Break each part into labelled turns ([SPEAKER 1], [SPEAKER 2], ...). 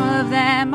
[SPEAKER 1] time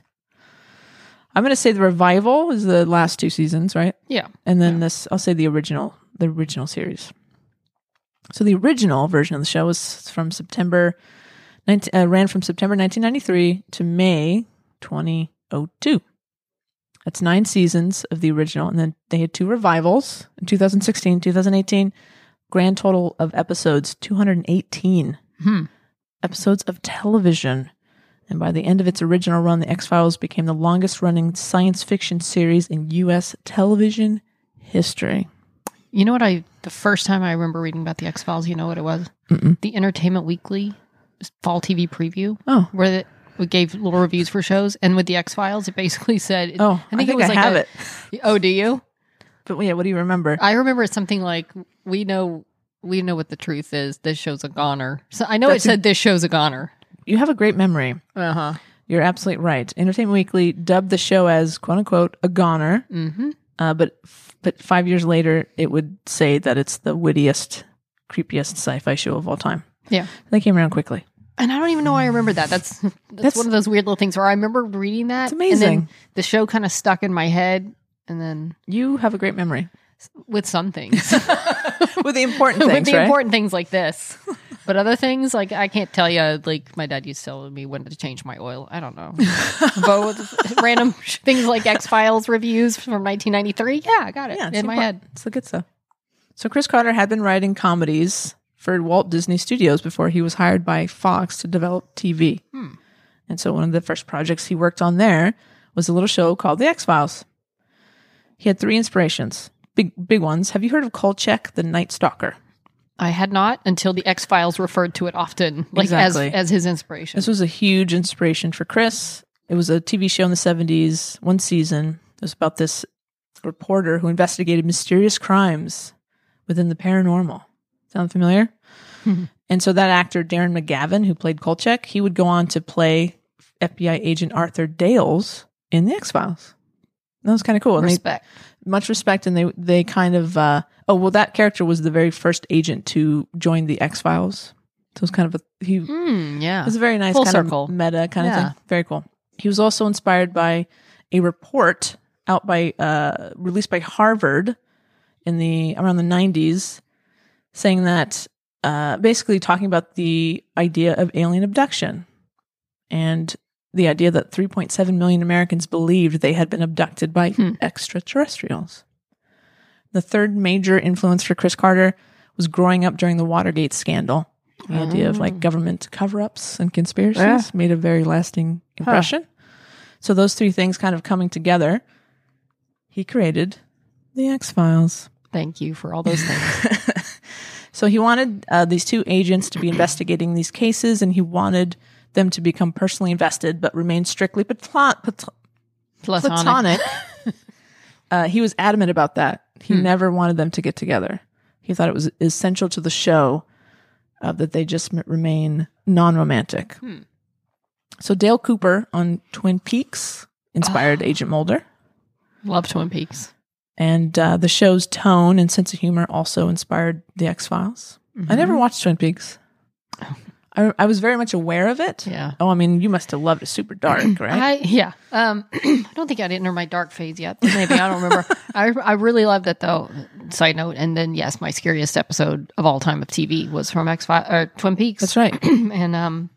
[SPEAKER 2] I'm going to say the revival is the last two seasons, right?
[SPEAKER 3] Yeah.
[SPEAKER 2] And then
[SPEAKER 3] Yeah.
[SPEAKER 2] this I'll say the original the original series. So the original version of the show was from September 19, uh, ran from September 1993 to May 2002. That's nine seasons of the original, and then they had two revivals in 2016, 2018. Grand total of episodes 218
[SPEAKER 3] Hmm.
[SPEAKER 2] episodes of television. And by the end of its original run, The X Files became the longest running science fiction series in U.S. television history.
[SPEAKER 3] You know what I the first time I remember reading about the X Files, you know what it was?
[SPEAKER 2] Mm-mm.
[SPEAKER 3] The Entertainment Weekly fall TV preview.
[SPEAKER 2] Oh.
[SPEAKER 3] Where the, we gave little reviews for shows and with the X Files it basically said
[SPEAKER 2] Oh, I think I, have it.
[SPEAKER 3] it. Oh, do you?
[SPEAKER 2] But yeah, what do you remember?
[SPEAKER 3] I remember it's something like we know we know what the truth is. This show's a goner. So I know
[SPEAKER 2] That's a- Uh-huh.
[SPEAKER 3] it said this show's a goner.
[SPEAKER 2] You have a great memory.
[SPEAKER 3] Uh huh.
[SPEAKER 2] You're absolutely right. Entertainment Weekly dubbed the show as "quote unquote" a goner,
[SPEAKER 3] Mm-hmm.
[SPEAKER 2] uh, but but five years later, it would say that it's the wittiest, creepiest sci-fi show of all time.
[SPEAKER 3] Yeah.
[SPEAKER 2] They came around quickly.
[SPEAKER 3] And I don't even know why I remember that. That's that's,
[SPEAKER 2] That's-
[SPEAKER 3] one of those weird little things where I remember reading that.
[SPEAKER 2] It's
[SPEAKER 3] And
[SPEAKER 2] amazing.
[SPEAKER 3] then the show kind of stuck in my head, and then
[SPEAKER 2] You have a great memory
[SPEAKER 3] with some things,
[SPEAKER 2] with the important
[SPEAKER 3] with
[SPEAKER 2] things,
[SPEAKER 3] the
[SPEAKER 2] right?
[SPEAKER 3] important things like this, but other things like I can't tell you. Like my dad used to tell me when to change my oil. I don't know. but with random sh- things like X Files reviews from 1993. Yeah, I got it
[SPEAKER 2] yeah, it's
[SPEAKER 3] in my
[SPEAKER 2] important.
[SPEAKER 3] head.
[SPEAKER 2] it's the good stuff. So Chris Carter had been writing comedies for Walt Disney Studios before he was hired by Fox to develop TV. And so one of the first projects he worked on there was a little show called The X Files. He had three inspirations, big big ones. Have you heard of Kolchak, the Night Stalker?
[SPEAKER 3] I had not until the X Files referred to it often, like
[SPEAKER 2] Exactly.
[SPEAKER 3] as as his inspiration.
[SPEAKER 2] This was a huge inspiration for Chris. It was a TV show in the 70s, one season. It was about this reporter who investigated mysterious crimes within the paranormal. Sound familiar? and so that actor, Darren McGavin, who played Kolchak, he would go on to play FBI agent Arthur Dales in The X Files. That was kind of cool. And they-
[SPEAKER 3] Respect.
[SPEAKER 2] much respect and they they kind of uh oh well that character was the very first agent to join the x-files so it was kind of a he
[SPEAKER 3] Mm, yeah.
[SPEAKER 2] it was a very nice
[SPEAKER 3] Full
[SPEAKER 2] kind
[SPEAKER 3] circle.
[SPEAKER 2] of meta kind
[SPEAKER 3] Yeah.
[SPEAKER 2] of thing very cool he was also inspired by a report out by uh released by harvard in the around the 90s saying that uh basically talking about the idea of alien abduction and the idea that 3.7 million Americans believed they had been abducted by
[SPEAKER 3] Hmm.
[SPEAKER 2] extraterrestrials. The third major influence for Chris Carter was growing up during the Watergate scandal. The idea of like government cover ups and conspiracies
[SPEAKER 3] Yeah.
[SPEAKER 2] made a very lasting impression. So, those three things kind of coming together, he created The X Files.
[SPEAKER 3] Thank you for all those things.
[SPEAKER 2] So he wanted uh, these two agents to be investigating these cases, and he wanted them to become personally invested, but remain strictly platonic.
[SPEAKER 3] Platonic.
[SPEAKER 2] platonic. uh, he was adamant about that. He
[SPEAKER 3] Hmm.
[SPEAKER 2] never wanted them to get together. He thought it was essential to the show uh, that they just m- remain non-romantic.
[SPEAKER 3] Hmm.
[SPEAKER 2] So Dale Cooper on Twin
[SPEAKER 3] Ah.
[SPEAKER 2] Peaks inspired Agent Mulder.
[SPEAKER 3] Love Twin Peaks.
[SPEAKER 2] And uh, the show's tone
[SPEAKER 3] Mm-hmm.
[SPEAKER 2] and sense of humor also inspired The X Files. I never watched Twin Peaks. I, I was very much aware of it.
[SPEAKER 3] Oh. Yeah.
[SPEAKER 2] Oh, I mean, you must have loved it super dark, right?
[SPEAKER 3] I yeah. Um, I don't think I'd enter my dark phase yet. but Maybe I don't remember. I I really loved it though. Side note, and then yes, my scariest episode of all time of TV was from X Files or Twin Peaks.
[SPEAKER 2] That's right.
[SPEAKER 3] and um,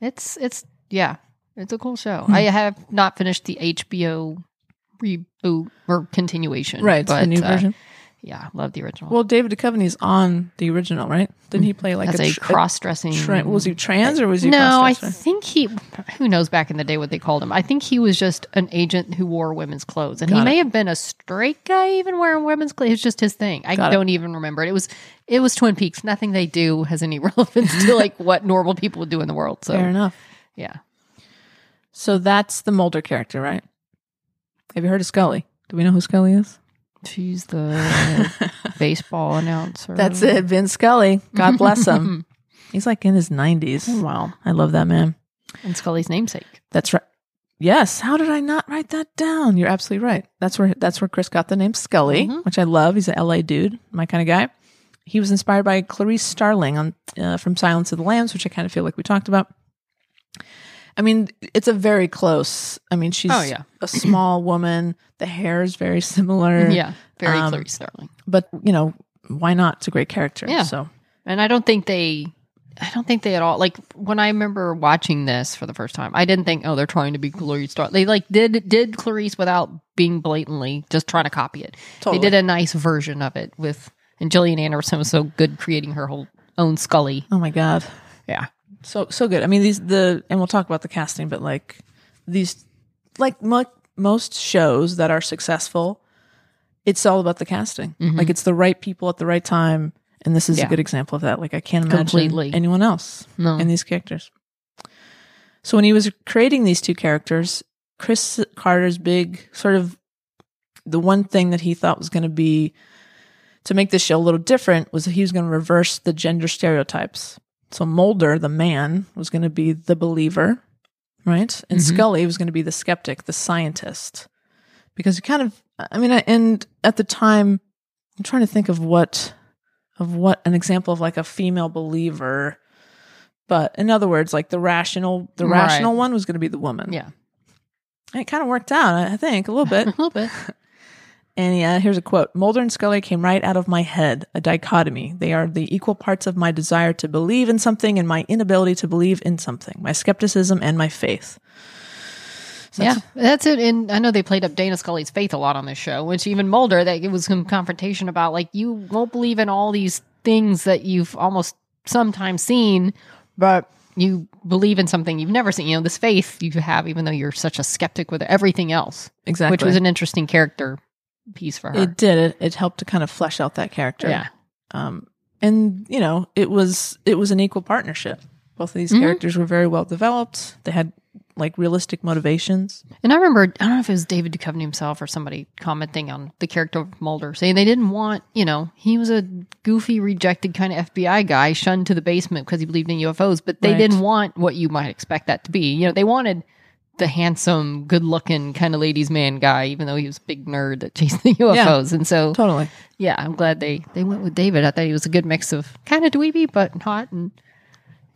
[SPEAKER 3] it's it's yeah, it's a cool show.
[SPEAKER 2] Hmm.
[SPEAKER 3] I have not finished the HBO reboot or continuation.
[SPEAKER 2] Right. the new
[SPEAKER 3] uh,
[SPEAKER 2] version.
[SPEAKER 3] Yeah, love the original.
[SPEAKER 2] Well, David Duchovny's on the original, right? Didn't he play like
[SPEAKER 3] Mm. As a,
[SPEAKER 2] tr-
[SPEAKER 3] cross-dressing,
[SPEAKER 2] tra- was he trans or was he
[SPEAKER 3] no, I
[SPEAKER 2] cross-dresser?
[SPEAKER 3] think he. Who knows? Back in the day, what they called him. I think he was just an agent who wore women's clothes, and
[SPEAKER 2] Got
[SPEAKER 3] he
[SPEAKER 2] it.
[SPEAKER 3] may have been a straight guy even wearing women's clothes. It's just his thing. I
[SPEAKER 2] Got it.
[SPEAKER 3] don't even remember it. It was it was Twin Peaks. Nothing they do has any relevance to like what normal people would do in the world. So
[SPEAKER 2] Fair enough.
[SPEAKER 3] yeah,
[SPEAKER 2] So that's the Mulder character, right? Have you heard of Scully? Do we know who Scully is?
[SPEAKER 3] she's the baseball announcer.
[SPEAKER 2] That's it, Vince Scully. God bless him. He's like in his 90s.
[SPEAKER 3] Oh, Wow,
[SPEAKER 2] I love that man.
[SPEAKER 3] and Scully's namesake.
[SPEAKER 2] That's right. Yes. How did I not write that down? You're absolutely right. That's where that's where Chris got the name Scully,
[SPEAKER 3] Mm-hmm.
[SPEAKER 2] which I love. He's a LA dude, my kind of guy. He was inspired by Clarice Starling on uh, from Silence of the Lambs, which I kind of feel like we talked about. I mean, it's a very close. I mean, she's
[SPEAKER 3] Oh, yeah.
[SPEAKER 2] a small woman. The hair is very similar.
[SPEAKER 3] Yeah, very
[SPEAKER 2] Um,
[SPEAKER 3] Clarice Starling.
[SPEAKER 2] But you know, why not? It's a great character.
[SPEAKER 3] Yeah.
[SPEAKER 2] So
[SPEAKER 3] And I don't think they I don't think they at all like when I remember watching this for the first time, I didn't think, oh, they're trying to be Clarice Star. They like did did Clarice without being blatantly just trying to copy it.
[SPEAKER 2] Totally.
[SPEAKER 3] They did a nice version of it with and Gillian Anderson was so good creating her whole own Scully.
[SPEAKER 2] Oh my god.
[SPEAKER 3] Yeah.
[SPEAKER 2] So so good. I mean these the and we'll talk about the casting, but like these like mo- most shows that are successful, it's all about the casting. Like it's the right people at the right time, and this is a
[SPEAKER 3] Mm-hmm. Yeah.
[SPEAKER 2] good example of that. Like I can't imagine
[SPEAKER 3] Completely.
[SPEAKER 2] anyone else
[SPEAKER 3] No.
[SPEAKER 2] in these characters. So when he was creating these two characters, Chris Carter's big sort of the one thing that he thought was going to be to make this show a little different was that he was going to reverse the gender stereotypes. So Mulder, the man, was going to be the believer, right? And Scully was going to be the skeptic, the scientist. Because you kind of I mean I- and at the time I'm trying to think of what of what an example of like a female believer but in other words like the rational the
[SPEAKER 3] Right.
[SPEAKER 2] rational one was going to be the woman.
[SPEAKER 3] Yeah.
[SPEAKER 2] And it kind of worked out, I I think, a little bit.
[SPEAKER 3] A little bit.
[SPEAKER 2] And yeah, here's a quote Mulder and Scully came right out of my head, a dichotomy. They are the equal parts of my desire to believe in something and my inability to believe in something, my skepticism and my faith. So
[SPEAKER 3] yeah.
[SPEAKER 2] that's-
[SPEAKER 3] That's it. And I know they played up Dana Scully's faith a lot on this show, which even Mulder that it was some confrontation about like you won't believe in all these things that you've almost sometimes seen, but you believe in something you've never seen. You know, this faith you have, even though you're such a skeptic with everything else.
[SPEAKER 2] Exactly.
[SPEAKER 3] Which was an interesting character piece for her.
[SPEAKER 2] It did. It, it helped to kind of flesh out that character.
[SPEAKER 3] yeah.
[SPEAKER 2] Um, and you know, it was it was an equal partnership. Both of these
[SPEAKER 3] Mm-hmm.
[SPEAKER 2] characters were very well developed. They had like realistic motivations.
[SPEAKER 3] And I remember, I don't know if it was David Duchovny himself or somebody commenting on the character of Mulder, saying they didn't want, you know, he was a goofy, rejected kind of FBI guy, shunned to the basement because he believed in UFOs, but they
[SPEAKER 2] Right.
[SPEAKER 3] didn't want what you might expect that to be. You know, they wanted the handsome, good looking kind of ladies' man guy, even though he was a big nerd that chased the UFOs. And so,
[SPEAKER 2] Totally.
[SPEAKER 3] yeah, I'm glad they, they went with David. I thought he was a good mix of kind of dweeby, but hot and,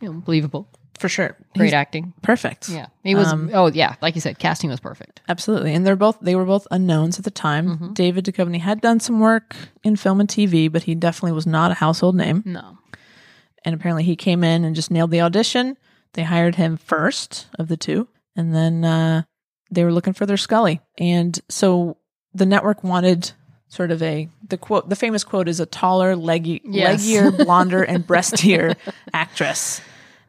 [SPEAKER 3] you know, believable.
[SPEAKER 2] For sure.
[SPEAKER 3] Great
[SPEAKER 2] He's Um,
[SPEAKER 3] acting.
[SPEAKER 2] perfect.
[SPEAKER 3] Yeah. He was, oh, yeah, like you said, casting was perfect.
[SPEAKER 2] Absolutely. And they're both they were both unknowns at the time.
[SPEAKER 3] Mm-hmm.
[SPEAKER 2] David Duchovny had done some work in film and TV, but he definitely was not a household name.
[SPEAKER 3] No.
[SPEAKER 2] And apparently he came in and just nailed the audition. They hired him first of the two, and then uh, they were looking for their Scully. And so the network wanted sort of a the quote the famous quote is a taller, leggy,
[SPEAKER 3] Yes.
[SPEAKER 2] leggier, blonder, and breastier actress.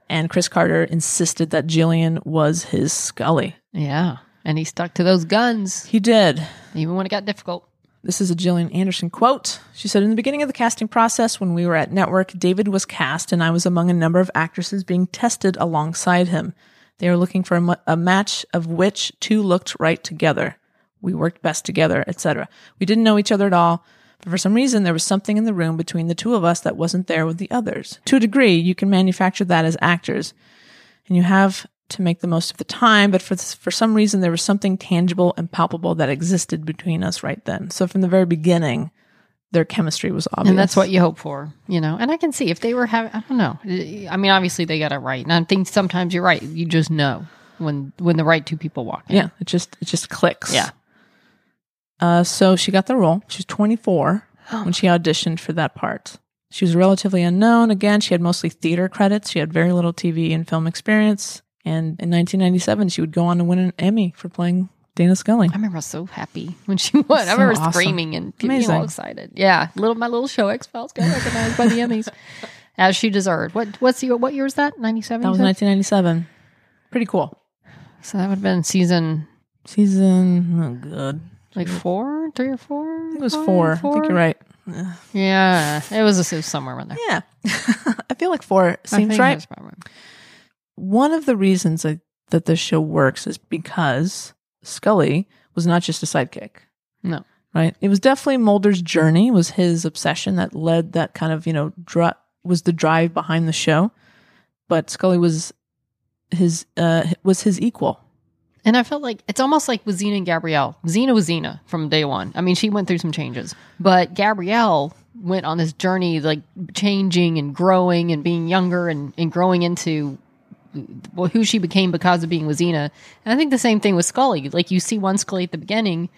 [SPEAKER 2] And Chris Carter insisted that Jillian was his Scully.
[SPEAKER 3] Yeah. And he stuck to those guns,
[SPEAKER 2] He did.
[SPEAKER 3] even when it got difficult.
[SPEAKER 2] This is a Jillian Anderson quote. She said, In the beginning of the casting process, when we were at Network, David was cast, and I was among a number of actresses being tested alongside him. They were looking for a, mu- a match of which two looked right together. We worked best together, etc. We didn't know each other at all, but for some reason, there was something in the room between the two of us that wasn't there with the others. To a degree, you can manufacture that as actors and you have to make the most of the time. But for for some reason, there was something tangible and palpable that existed between us right then. So from the very beginning, their chemistry was obvious.
[SPEAKER 3] And that's what you hope for, you know. And I can see if they were having, I don't know. I mean, obviously they got it right. And I think sometimes you're right. You just know when when the right two people walk in.
[SPEAKER 2] yeah, it just it just clicks.
[SPEAKER 3] Yeah.
[SPEAKER 2] Uh, so she got the role. She was 24
[SPEAKER 3] Oh.
[SPEAKER 2] when she auditioned for that part. She was relatively unknown. Again, she had mostly theater credits. She had very little TV and film experience. And in 1997, she would go on to win an Emmy for playing Dana Scully.
[SPEAKER 3] I remember I was so happy when she won. I
[SPEAKER 2] so
[SPEAKER 3] remember
[SPEAKER 2] awesome.
[SPEAKER 3] screaming and getting
[SPEAKER 2] Amazing.
[SPEAKER 3] all excited. Yeah, little my little show X Files got recognized by the Emmys, as she deserved. What what's the, what year was that? Ninety seven.
[SPEAKER 2] That was 1997. Pretty cool.
[SPEAKER 3] So that would have been season
[SPEAKER 2] Season, oh, good.
[SPEAKER 3] like four, three or four.
[SPEAKER 2] It was four. I think you're right.
[SPEAKER 3] Yeah, it was, it was somewhere around there.
[SPEAKER 2] Yeah. I feel like four
[SPEAKER 3] I
[SPEAKER 2] seems
[SPEAKER 3] think
[SPEAKER 2] right.
[SPEAKER 3] that's about right.
[SPEAKER 2] one of the reasons I, that this show works is because Scully was not just a sidekick.
[SPEAKER 3] No.
[SPEAKER 2] Right? It was definitely Mulder's journey was his obsession that led that kind of, you know, dri- was the drive behind the show. But Scully was his uh was his equal.
[SPEAKER 3] And I felt like it's almost like with Xena and Gabrielle. Xena was Xena from day one. I mean, she went through some changes, but Gabrielle went on this journey, like changing and growing and being younger and, and growing into well, who she became because of being with Xena. And I think the same thing with Scully. Like, you see one Scully at the beginning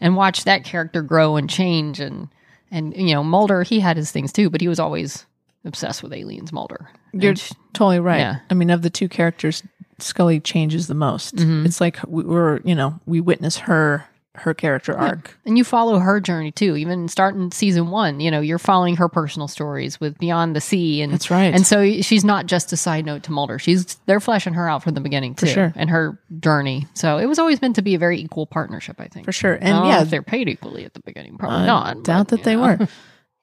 [SPEAKER 3] and watch that character grow and change. And, and you know, Mulder, he had his things too, but he was always obsessed with aliens, Mulder. And
[SPEAKER 2] You're
[SPEAKER 3] she-
[SPEAKER 2] totally right.
[SPEAKER 3] Yeah.
[SPEAKER 2] I mean, of the two characters, Scully changes the most.
[SPEAKER 3] Mm-hmm.
[SPEAKER 2] It's like we were, you know, we witness her her character arc.
[SPEAKER 3] And you follow her journey too, even starting season one. You know, you're following her personal stories with Beyond the Sea, and
[SPEAKER 2] That's right.
[SPEAKER 3] And so she's not just a side note to Mulder. She's they're fleshing her out from the beginning too,
[SPEAKER 2] sure.
[SPEAKER 3] and her journey. So it was always meant to be a very equal partnership, I think,
[SPEAKER 2] For sure.
[SPEAKER 3] I
[SPEAKER 2] And
[SPEAKER 3] don't know
[SPEAKER 2] yeah,
[SPEAKER 3] Oh, if they're paid equally at the beginning, probably
[SPEAKER 2] I
[SPEAKER 3] not. but,
[SPEAKER 2] Doubt that
[SPEAKER 3] you
[SPEAKER 2] they
[SPEAKER 3] know.
[SPEAKER 2] were.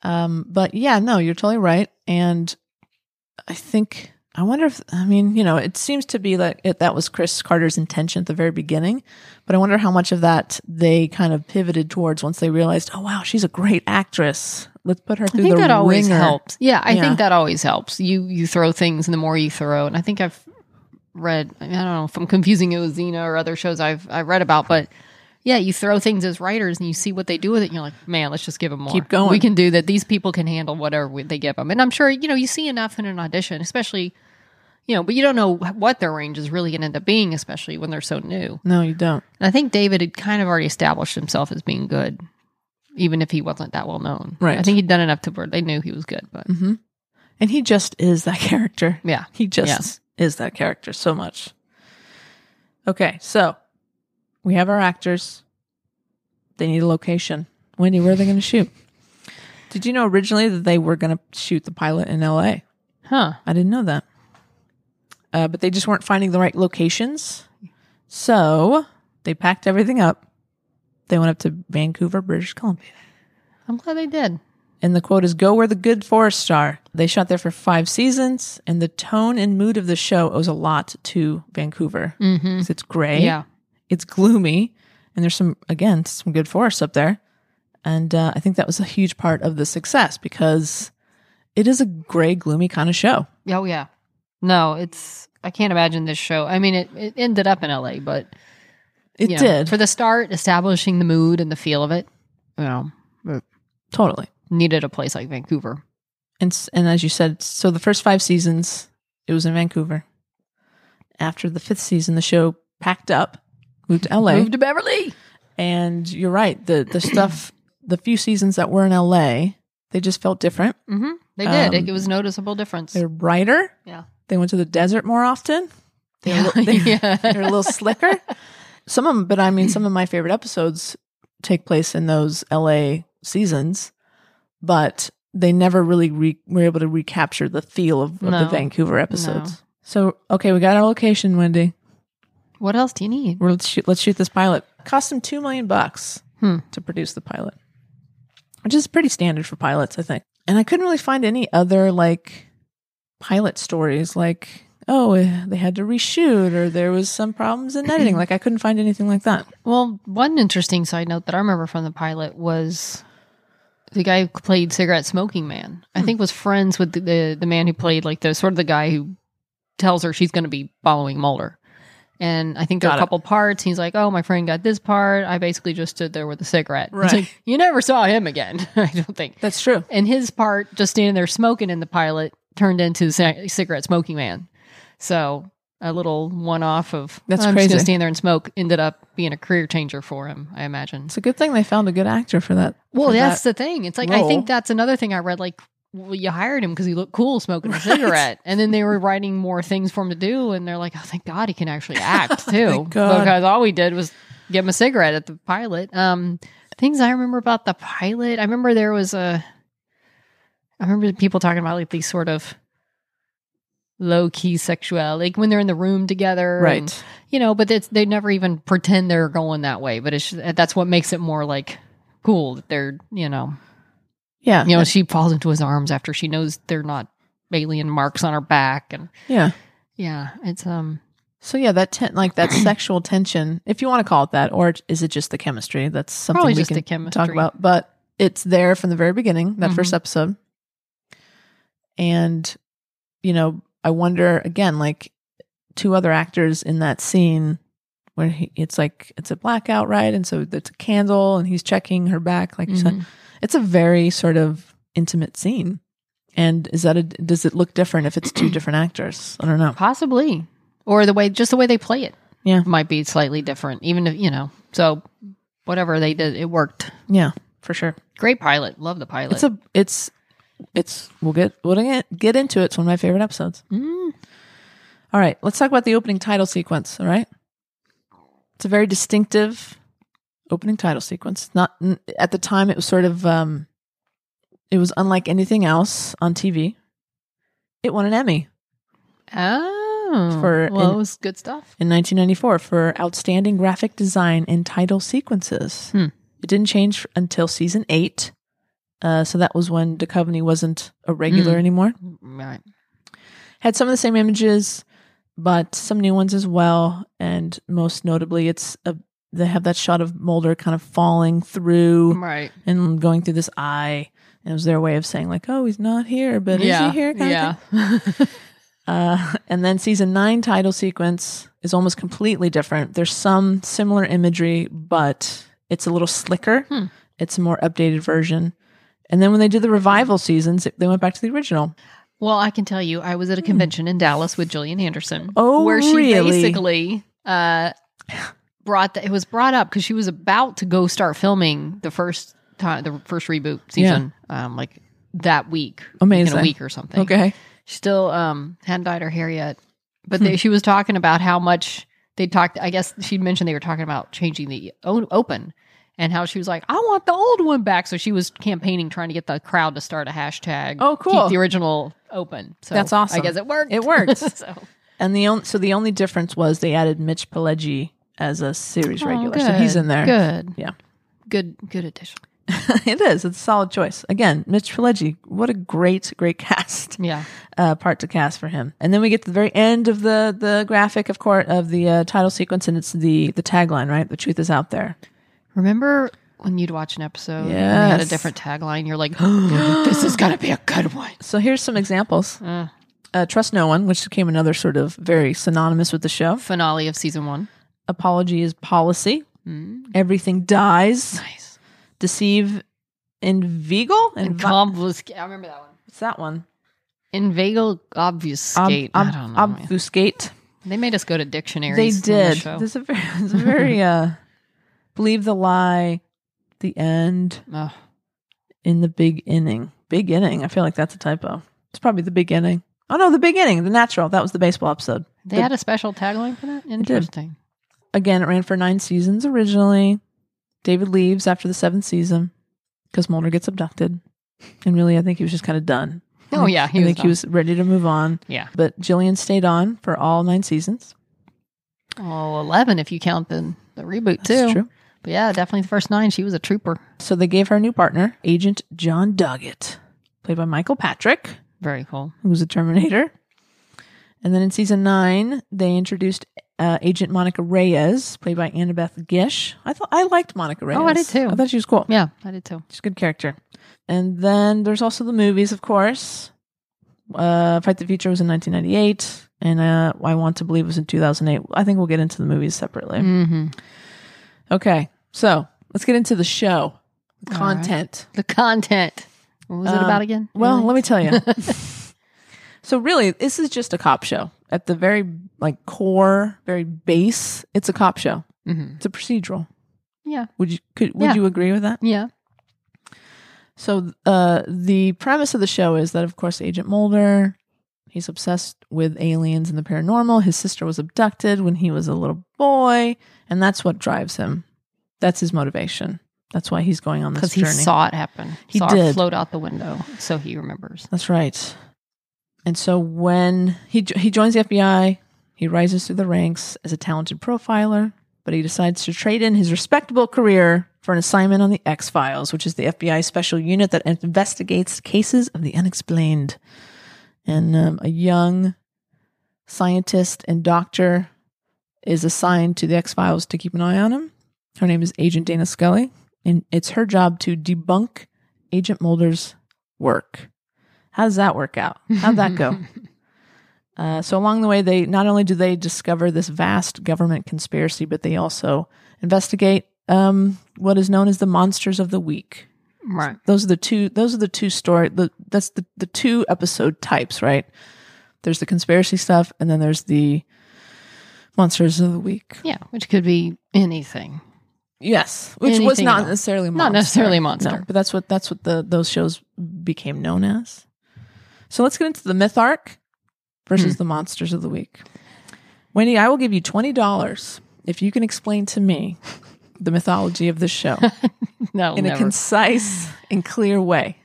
[SPEAKER 2] Um, but yeah, no, you're totally right. And I think I wonder if I mean, you know, it seems to be like it, that was Chris Carter's intention at the very beginning, but I wonder how much of that they kind of pivoted towards once they realized, oh wow, she's a great actress. Let's put her
[SPEAKER 3] I
[SPEAKER 2] through
[SPEAKER 3] think
[SPEAKER 2] the
[SPEAKER 3] that always
[SPEAKER 2] wringer."
[SPEAKER 3] helps. Yeah, I
[SPEAKER 2] Yeah.
[SPEAKER 3] think that always helps. You you throw things, and the more you throw, and I think I've read. I, mean, I don't know if I'm confusing it with Xena or other shows I've I read about, but yeah, you throw things as writers, and you see what they do with it. and You're like, man, let's just give them more.
[SPEAKER 2] Keep going.
[SPEAKER 3] We can do that. These people can handle whatever we- they give them, and I'm sure you know you see enough in an audition, especially. You know, but you don't know what their range is really going to end up being, especially when they're so new.
[SPEAKER 2] No, you don't.
[SPEAKER 3] And I think David had kind of already established himself as being good, even if he wasn't that well known.
[SPEAKER 2] Right.
[SPEAKER 3] I think he'd done enough to where they knew he was good, but
[SPEAKER 2] hmm And he just is that character.
[SPEAKER 3] yeah.
[SPEAKER 2] He just is that character so much. Okay, so we have our actors. They need a location. Wendy, where are they going to shoot? Did you know originally that they were going to shoot the pilot in LA?
[SPEAKER 3] Huh.
[SPEAKER 2] I didn't know that. Uh, but they just weren't finding the right locations. So they packed everything up. They went up to Vancouver, British Columbia.
[SPEAKER 3] I'm glad they did.
[SPEAKER 2] And the quote is Go where the good forests are. They shot there for five seasons, and the tone and mood of the show owes a lot to Vancouver. Mm-hmm. It's gray,
[SPEAKER 3] Yeah.
[SPEAKER 2] it's gloomy, and there's some, again, some good forests up there. And uh, I think that was a huge part of the success because it is a gray, gloomy kind of show.
[SPEAKER 3] Oh yeah. No, it's I can't imagine this show. I mean it, it ended up in LA, but
[SPEAKER 2] It
[SPEAKER 3] you know,
[SPEAKER 2] did.
[SPEAKER 3] For the start, establishing the mood and the feel of it, you know,
[SPEAKER 2] totally.
[SPEAKER 3] needed a place like Vancouver.
[SPEAKER 2] And, s- and as you said, so the first five seasons, it was in Vancouver. After the fifth season, the show packed up, moved to LA.
[SPEAKER 3] Move to Beverly.
[SPEAKER 2] And you're right. The the stuff, the few seasons that were in LA, they just felt different.
[SPEAKER 3] Mm-hmm. They did.
[SPEAKER 2] Um,
[SPEAKER 3] it, it was noticeable difference.
[SPEAKER 2] They're brighter.
[SPEAKER 3] Yeah.
[SPEAKER 2] They went to the desert more often. They're,
[SPEAKER 3] Yeah.
[SPEAKER 2] a li- they're,
[SPEAKER 3] Yeah.
[SPEAKER 2] they're a little slicker. Some of them, but I mean, some of my favorite episodes take place in those LA seasons, but they never really re- were able to recapture the feel of, of the
[SPEAKER 3] No.
[SPEAKER 2] Vancouver episodes. So, okay, we got our location, Wendy.
[SPEAKER 3] What else do you need?
[SPEAKER 2] We're, let's shoot. Let's shoot this pilot. Cost them two million bucks
[SPEAKER 3] Hmm.
[SPEAKER 2] to produce the pilot, which is pretty standard for pilots, I think. And I couldn't really find any other like pilot stories, like oh eh, they had to reshoot or there was some problems in editing. like I couldn't find anything like that.
[SPEAKER 3] Well, one interesting side note that I remember from the pilot was the guy who played Cigarette Smoking Man.
[SPEAKER 2] Hmm.
[SPEAKER 3] I think was friends with the, the the man who played like the sort of the guy who tells her she's going to be following Mulder. And I think there
[SPEAKER 2] Got
[SPEAKER 3] were
[SPEAKER 2] it.
[SPEAKER 3] a couple parts. He's like, "Oh, my friend got this part. I basically just stood there with a cigarette." It's
[SPEAKER 2] Right.
[SPEAKER 3] like, you never saw him again. I don't think.
[SPEAKER 2] That's true.
[SPEAKER 3] And his part, just standing there smoking in the pilot, turned into c- cigarette smoking man. So a little one off of
[SPEAKER 2] That's
[SPEAKER 3] I'm just
[SPEAKER 2] crazy.
[SPEAKER 3] gonna stand there and smoke ended up being a career changer for him. I imagine.
[SPEAKER 2] It's a good thing they found a good actor for that.
[SPEAKER 3] Well,
[SPEAKER 2] for
[SPEAKER 3] that's
[SPEAKER 2] that.
[SPEAKER 3] the thing. It's like I
[SPEAKER 2] role.
[SPEAKER 3] think that's another thing I read. Like, well, you hired him because he looked cool smoking a cigarette, and then they were writing more things for him to do, and they're like, "Oh, thank God he can actually act too,"
[SPEAKER 2] Oh, God.
[SPEAKER 3] because all we did was give him a cigarette at the pilot. Um, things I remember about the pilot, I remember there was a, I remember people talking about like these sort of low key sexual, like when they're in the room together, and
[SPEAKER 2] right.
[SPEAKER 3] you know, but it's, they never even pretend they're going that way. But it's that's what makes it more like cool that they're you know
[SPEAKER 2] Yeah.
[SPEAKER 3] you know she falls into his arms after she knows they're not alien marks on her back and
[SPEAKER 2] Yeah.
[SPEAKER 3] yeah it's um
[SPEAKER 2] So yeah, that ten- like that sexual tension, if you want to call it that, or is it just the chemistry? That's something
[SPEAKER 3] Probably
[SPEAKER 2] we
[SPEAKER 3] just
[SPEAKER 2] can
[SPEAKER 3] the chemistry.
[SPEAKER 2] talk about. But it's there from the very beginning, that
[SPEAKER 3] Mhm.
[SPEAKER 2] first episode. And you know, I wonder again, like two other actors in that scene where he, it's like it's a blackout, right? And so it's a candle, and he's checking her back, like you said.
[SPEAKER 3] mhm.
[SPEAKER 2] It's a very sort of intimate scene. And is that a, does it look different if it's two different actors? I don't know.
[SPEAKER 3] possibly or the way just the way they play it
[SPEAKER 2] Yeah.
[SPEAKER 3] might be slightly different even if you know so whatever they did it worked
[SPEAKER 2] Yeah, for sure.
[SPEAKER 3] great pilot love the pilot
[SPEAKER 2] It's a it's it's we'll get we'll get get into it. It's one of my favorite episodes.
[SPEAKER 3] Mm.
[SPEAKER 2] All right, let's talk about the opening title sequence. All right, it's a very distinctive opening title sequence. Not n- at the time, it was sort of um, it was unlike anything else on TV. It won an Emmy
[SPEAKER 3] oh
[SPEAKER 2] For
[SPEAKER 3] well
[SPEAKER 2] an-
[SPEAKER 3] it was good stuff
[SPEAKER 2] in 1994 for outstanding graphic design in title sequences.
[SPEAKER 3] Hmm.
[SPEAKER 2] It didn't change until season eight. Uh, so that was when Duchovny wasn't a regular
[SPEAKER 3] Mm.
[SPEAKER 2] anymore.
[SPEAKER 3] right
[SPEAKER 2] had some of the same images, but some new ones as well. And most notably, it's a, they have that shot of Mulder kind of falling through
[SPEAKER 3] right
[SPEAKER 2] and going through this eye. And it was their way of saying like, "Oh, he's not here, but
[SPEAKER 3] yeah
[SPEAKER 2] is he here?" Kind of
[SPEAKER 3] yeah
[SPEAKER 2] thing. Uh, and then season nine title sequence is almost completely different. There's some similar imagery, but it's a little slicker.
[SPEAKER 3] Hmm.
[SPEAKER 2] It's a more updated version. And then when they did the revival seasons, they went back to the original.
[SPEAKER 3] Well, I can tell you, I was at a convention in Dallas with Jillian Anderson.
[SPEAKER 2] Hmm. Oh,
[SPEAKER 3] where she
[SPEAKER 2] really?
[SPEAKER 3] basically uh, brought the, it was brought up because she was about to go start filming the first time, the first reboot season, um, like that week, like in
[SPEAKER 2] Amazing.
[SPEAKER 3] a week or something.
[SPEAKER 2] Okay.
[SPEAKER 3] she still um, hadn't dyed her hair yet, but
[SPEAKER 2] Hmm.
[SPEAKER 3] they, she was talking about how much they talked. I guess she'd mentioned they were talking about changing the o- open. And how she was like, I want the old one back. So she was campaigning, trying to get the crowd to start a hashtag.
[SPEAKER 2] Oh, cool.
[SPEAKER 3] Keep the original open. So
[SPEAKER 2] That's awesome.
[SPEAKER 3] I guess it worked.
[SPEAKER 2] It worked.
[SPEAKER 3] so
[SPEAKER 2] And the only so the only difference was they added Mitch Pileggi as a series regular, so he's in there.
[SPEAKER 3] Oh, Good.
[SPEAKER 2] Yeah.
[SPEAKER 3] Good. Good addition.
[SPEAKER 2] it is. It's a solid choice. Again, Mitch Pileggi. What a great, great cast
[SPEAKER 3] Yeah.
[SPEAKER 2] uh, part to cast for him. And then we get to the very end of the the graphic, of course, of the uh, title sequence, and it's the the tagline, right? The truth is out there.
[SPEAKER 3] Remember when you'd watch an episode and they had a
[SPEAKER 2] Yes.
[SPEAKER 3] different tagline? You're like, this is gonna be a good one.
[SPEAKER 2] So here's some examples.
[SPEAKER 3] Mm.
[SPEAKER 2] Uh, Trust no one, which became another sort of very synonymous with the show.
[SPEAKER 3] Finale of season one.
[SPEAKER 2] Apology is policy.
[SPEAKER 3] Mm.
[SPEAKER 2] Everything dies.
[SPEAKER 3] Nice.
[SPEAKER 2] Deceive. Inveigle?
[SPEAKER 3] And
[SPEAKER 2] Invi-
[SPEAKER 3] confiscate. I remember that one.
[SPEAKER 2] What's that one?
[SPEAKER 3] Inveigle
[SPEAKER 2] Ob-
[SPEAKER 3] obfuscate.
[SPEAKER 2] ob-
[SPEAKER 3] I don't know. man.
[SPEAKER 2] Obfuscate.
[SPEAKER 3] they made us go to dictionaries.
[SPEAKER 2] Um, They
[SPEAKER 3] on the
[SPEAKER 2] did.
[SPEAKER 3] show.
[SPEAKER 2] There's a very, there's a very uh, believe the lie, the end
[SPEAKER 3] Oh,
[SPEAKER 2] in the big inning. Big inning. I feel like that's a typo. It's probably the big inning. Oh no, the big inning. The natural. That was the baseball episode.
[SPEAKER 3] they
[SPEAKER 2] The-
[SPEAKER 3] had a special tagline for that. Interesting.
[SPEAKER 2] Again, it ran for nine seasons originally. David leaves after the seventh season because Mulder gets abducted, and really, I think he was just kind of done.
[SPEAKER 3] Oh yeah,
[SPEAKER 2] I think he was ready to move on.
[SPEAKER 3] Yeah.
[SPEAKER 2] But Jillian stayed on for all nine seasons.
[SPEAKER 3] Oh, 11 if you count the the reboot too.
[SPEAKER 2] That's true.
[SPEAKER 3] But yeah, definitely the first nine. She was a trooper.
[SPEAKER 2] So they gave her a new partner, Agent John Doggett, played by Michael Patrick,
[SPEAKER 3] Very cool.
[SPEAKER 2] who was a Terminator. And then in season nine, they introduced uh, Agent Monica Reyes, played by Annabeth Gish. I thought I liked Monica Reyes.
[SPEAKER 3] Oh, I did too.
[SPEAKER 2] I thought she was cool.
[SPEAKER 3] Yeah, I did too.
[SPEAKER 2] She's a good character. And then there's also the movies, of course. Uh, Fight the Future was in 1998, and uh, I Want to Believe was in 2008. I think we'll get into the movies separately.
[SPEAKER 3] Mm-hmm.
[SPEAKER 2] Okay, so let's get into the show the content.
[SPEAKER 3] The content. What was it
[SPEAKER 2] Um,
[SPEAKER 3] about again?
[SPEAKER 2] Well,
[SPEAKER 3] Really?
[SPEAKER 2] let me tell you. so really, this is just a cop show. At the very like core, very base, it's a cop show.
[SPEAKER 3] Mhm.
[SPEAKER 2] It's a procedural.
[SPEAKER 3] yeah,
[SPEAKER 2] Would you could would
[SPEAKER 3] Yeah.
[SPEAKER 2] you agree with that?
[SPEAKER 3] yeah.
[SPEAKER 2] So uh, the premise of the show is that, of course, Agent Mulder, he's obsessed with aliens and the paranormal. His sister was abducted when he was a little boy, and that's what drives him. That's his motivation. That's why he's going on this
[SPEAKER 3] Because he
[SPEAKER 2] journey.
[SPEAKER 3] saw it happen.
[SPEAKER 2] He
[SPEAKER 3] saw
[SPEAKER 2] did.
[SPEAKER 3] it float out the window, so he remembers.
[SPEAKER 2] That's right. And so when he jo- he joins the FBI, he rises through the ranks as a talented profiler, but he decides to trade in his respectable career for an assignment on the X Files, which is the FBI special unit that investigates cases of the unexplained. And um, a young scientist and doctor is assigned to the X Files to keep an eye on him. Her name is Agent Dana Scully, and it's her job to debunk Agent Mulder's work. How does that work out? How'd that go? uh, so along the way, they not only do they discover this vast government conspiracy, but they also investigate um, what is known as the monsters of the week.
[SPEAKER 3] Right.
[SPEAKER 2] Those are the two. Those are the two story. The, that's the the two episode types, right? There's the conspiracy stuff, and then there's the monsters of the week.
[SPEAKER 3] Yeah, which could be anything.
[SPEAKER 2] Yes, which was
[SPEAKER 3] Anything at
[SPEAKER 2] not
[SPEAKER 3] all.
[SPEAKER 2] necessarily monster.
[SPEAKER 3] Not necessarily
[SPEAKER 2] No,
[SPEAKER 3] monster.
[SPEAKER 2] but that's what that's what the those shows became known as. So let's get into the myth arc versus the monsters of the week. Wendy, I will give you twenty dollars if you can explain to me the mythology of this show
[SPEAKER 3] No,
[SPEAKER 2] in a
[SPEAKER 3] never.
[SPEAKER 2] concise and clear way.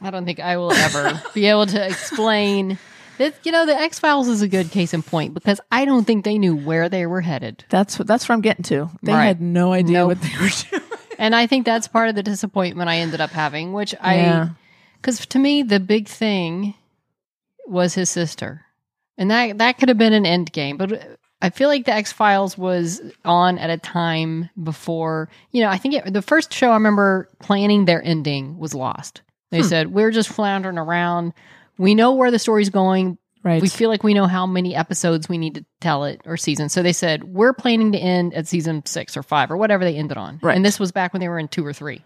[SPEAKER 3] I don't think I will ever be able to explain. That, you know, the X Files is a good case in point because I don't think they knew where they were headed.
[SPEAKER 2] That's what that's where I'm getting to. They
[SPEAKER 3] Right.
[SPEAKER 2] had no idea
[SPEAKER 3] Nope.
[SPEAKER 2] what they were doing.
[SPEAKER 3] And I think that's part of the disappointment I ended up having, which
[SPEAKER 2] Yeah.
[SPEAKER 3] I, because to me, the big thing was his sister. And that, that could have been an end game. But uh, I feel like the X Files was on at a time before, you know, I think it, the first show I remember planning their ending was Lost. They
[SPEAKER 2] Hmm.
[SPEAKER 3] said, we're just floundering around. We know where the story's going,
[SPEAKER 2] Right.
[SPEAKER 3] we feel like we know how many episodes we need to tell it or season. So they said we're planning to end at season six or five or whatever they ended on.
[SPEAKER 2] Right.
[SPEAKER 3] And this was back when they were in two or three.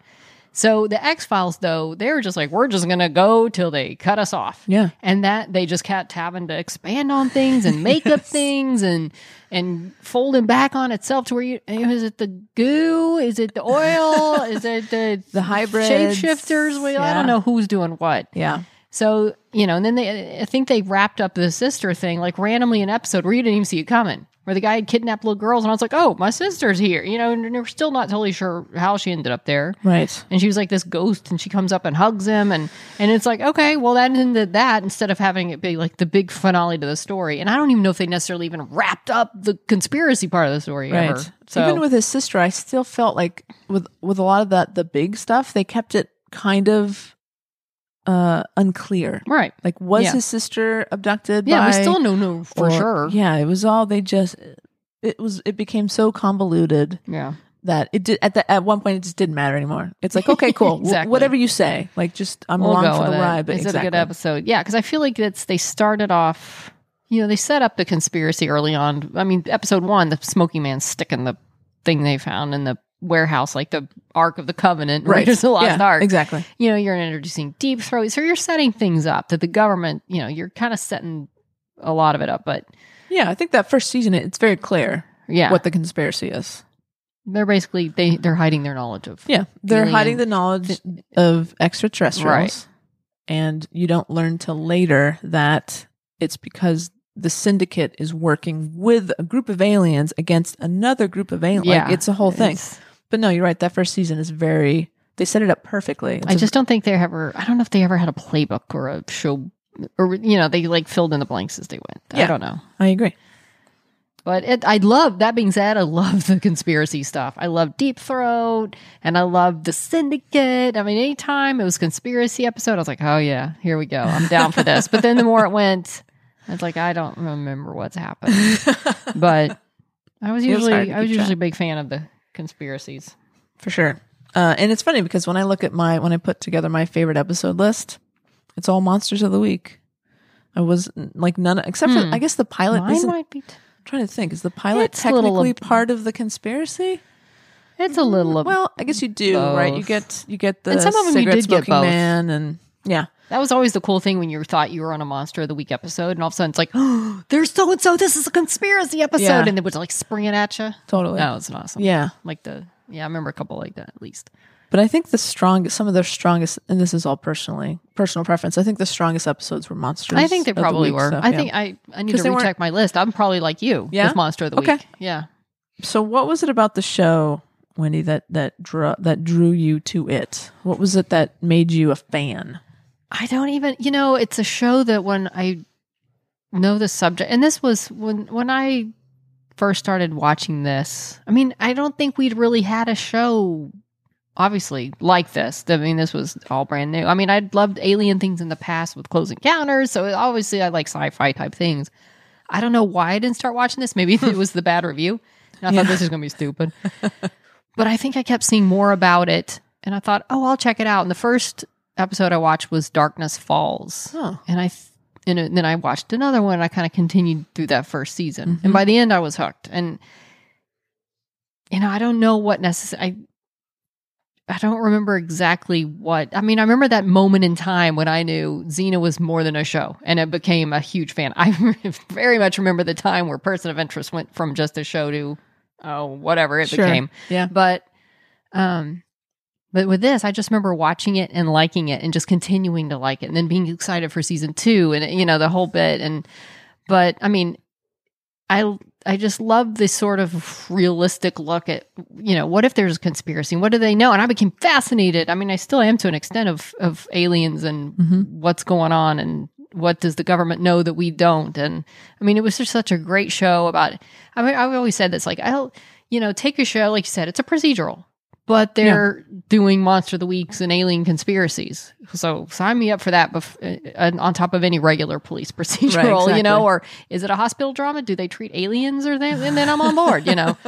[SPEAKER 3] So the X Files, though, they were just like, we're just gonna go till they cut us off.
[SPEAKER 2] Yeah.
[SPEAKER 3] And that they just kept having to expand on things and make up things and and folding back on itself to where you is it the goo? Is it the oil? is it the
[SPEAKER 2] The hybrids.
[SPEAKER 3] shapeshifters? Well, I
[SPEAKER 2] Yeah.
[SPEAKER 3] don't know who's doing what.
[SPEAKER 2] yeah.
[SPEAKER 3] So, you know, and then they, I think they wrapped up the sister thing like randomly in an episode where you didn't even see it coming, where the guy had kidnapped little girls. And I was like, oh, my sister's here, you know, and we're still not totally sure how she ended up there.
[SPEAKER 2] Right.
[SPEAKER 3] And she was like this ghost, and she comes up and hugs him, and and it's like okay, well that ended that instead of having it be like the big finale to the story. And I don't even know if they necessarily even wrapped up the conspiracy part of the story ever. So
[SPEAKER 2] even with his sister, I still felt like with with a lot of that the big stuff, they kept it kind of uh unclear.
[SPEAKER 3] right,
[SPEAKER 2] Like was
[SPEAKER 3] Yeah.
[SPEAKER 2] his sister abducted?
[SPEAKER 3] yeah, we
[SPEAKER 2] by-
[SPEAKER 3] still no no for
[SPEAKER 2] or-
[SPEAKER 3] sure,
[SPEAKER 2] Yeah, it was all they just it was it became so convoluted
[SPEAKER 3] yeah,
[SPEAKER 2] that it did at the at one point it just didn't matter anymore. It's like okay, cool, wh-
[SPEAKER 3] Exactly.
[SPEAKER 2] whatever you say, like just I'm
[SPEAKER 3] We'll go
[SPEAKER 2] along for
[SPEAKER 3] with
[SPEAKER 2] the
[SPEAKER 3] it.
[SPEAKER 2] ride. But
[SPEAKER 3] is
[SPEAKER 2] exactly.
[SPEAKER 3] it a good episode? Yeah, because I feel like it's they started off. You know, they set up the conspiracy early on. I mean, episode one, the Smoky Man sticking the thing they found in the warehouse, like the Ark of the Covenant,
[SPEAKER 2] Right,
[SPEAKER 3] right? Just the lost
[SPEAKER 2] yeah,
[SPEAKER 3] Ark.
[SPEAKER 2] exactly.
[SPEAKER 3] You know, you're introducing Deep Throat, so you're setting things up that the government. You know, you're kind of setting a lot of it up, but
[SPEAKER 2] Yeah, I think that first season it, it's very clear
[SPEAKER 3] yeah,
[SPEAKER 2] what the conspiracy is.
[SPEAKER 3] they're basically they they're hiding their knowledge of.
[SPEAKER 2] Yeah, they're
[SPEAKER 3] Alien.
[SPEAKER 2] hiding the knowledge of extraterrestrials,
[SPEAKER 3] Right.
[SPEAKER 2] and you don't learn till later that it's because the syndicate is working with a group of aliens against another group of aliens.
[SPEAKER 3] Yeah,
[SPEAKER 2] like, it's a whole thing.
[SPEAKER 3] It's-
[SPEAKER 2] But no, you're right. That first season is very. They set it up perfectly. It's
[SPEAKER 3] I
[SPEAKER 2] a-
[SPEAKER 3] just don't think they ever. I don't know if they ever had a playbook or a show, or you know, they like filled in the blanks as they went.
[SPEAKER 2] Yeah.
[SPEAKER 3] I don't know,
[SPEAKER 2] I agree.
[SPEAKER 3] but it, I love that. Being said, I love the conspiracy stuff. I love Deep Throat, and I love the Syndicate. I mean, anytime it was conspiracy episode, I was like, oh yeah, here we go. I'm down for this. But then the more it went, I was like, I don't remember what's happened. But I was
[SPEAKER 2] It was
[SPEAKER 3] usually
[SPEAKER 2] hard to
[SPEAKER 3] I was
[SPEAKER 2] keep track.
[SPEAKER 3] usually a big fan of the conspiracies.
[SPEAKER 2] for sure. Uh, and it's funny because when I look at my when I put together my favorite episode list, it's all monsters of the week. I was like none except for I guess the pilot.
[SPEAKER 3] Hmm. Mine
[SPEAKER 2] Isn't,
[SPEAKER 3] might be. T-
[SPEAKER 2] I'm trying to think. Is the pilot
[SPEAKER 3] It's a little
[SPEAKER 2] technically
[SPEAKER 3] ab-
[SPEAKER 2] part of the conspiracy?
[SPEAKER 3] it's a little. ab-
[SPEAKER 2] Well, I guess you do, right? You
[SPEAKER 3] both.
[SPEAKER 2] get you get the
[SPEAKER 3] And some of 'em you
[SPEAKER 2] cigarette
[SPEAKER 3] did get
[SPEAKER 2] smoking
[SPEAKER 3] both.
[SPEAKER 2] man and yeah.
[SPEAKER 3] that was always the cool thing when you thought you were on a Monster of the Week episode, and all of a sudden it's like, oh, there's so and so. This is a conspiracy episode,
[SPEAKER 2] Yeah.
[SPEAKER 3] and they would like springing at you.
[SPEAKER 2] Totally.
[SPEAKER 3] That was awesome.
[SPEAKER 2] Yeah.
[SPEAKER 3] like the yeah, I remember a couple like that at least.
[SPEAKER 2] But I think the strongest some of their strongest and this is all personally personal preference. I think the strongest episodes were monsters.
[SPEAKER 3] I think they
[SPEAKER 2] of the
[SPEAKER 3] probably
[SPEAKER 2] Week
[SPEAKER 3] were.
[SPEAKER 2] stuff,
[SPEAKER 3] I
[SPEAKER 2] yeah.
[SPEAKER 3] think I I need
[SPEAKER 2] 'Cause
[SPEAKER 3] to
[SPEAKER 2] they weren't-
[SPEAKER 3] recheck my list. I'm probably like you
[SPEAKER 2] Yeah?
[SPEAKER 3] with Monster of the
[SPEAKER 2] Okay.
[SPEAKER 3] Week. Yeah.
[SPEAKER 2] So what was it about the show, Wendy, that that drew that drew you to it? What was it that made you a fan?
[SPEAKER 3] I don't even you know, it's a show that when I know the subject and this was when when I first started watching this, I mean, I don't think we'd really had a show obviously like this. I mean, this was all brand new. I mean, I'd loved alien things in the past with close encounters, so obviously I like sci-fi type things. I don't know why I didn't start watching this. Maybe it was the bad review. And I thought this is going to be stupid. but I think I kept seeing more about it and I thought, "Oh, I'll check it out." And the first episode I watched was Darkness Falls.
[SPEAKER 2] Huh.
[SPEAKER 3] And I th- and it- then I watched another one. I kind of continued through that first season. And by the end I was hooked. And you know, I don't know what necessarily I don't remember exactly what. I mean, I remember that moment in time when I knew Xena was more than a show and I became a huge fan. I very much remember the time where Person of Interest went from just a show to, oh, whatever it
[SPEAKER 2] Sure.
[SPEAKER 3] became.
[SPEAKER 2] Yeah.
[SPEAKER 3] But, um, but with this, I just remember watching it and liking it and just continuing to like it and then being excited for season two and, you know, the whole bit. And, but I mean, I I just love this sort of realistic look at you know what if there's a conspiracy? What do they know? And I became fascinated. I mean, I still am to an extent of of aliens and what's going on and what does the government know that we don't? And I mean, it was just such a great show about. I mean, I've always said this like I'll you know take a show like you said it's a procedural. But they're doing monster of the weeks and alien conspiracies, so sign me up for that. Bef- uh, on top of any regular police procedural, you
[SPEAKER 2] exactly.
[SPEAKER 3] know, or is it a hospital drama? Do they treat aliens or they, and then I'm on board, you know?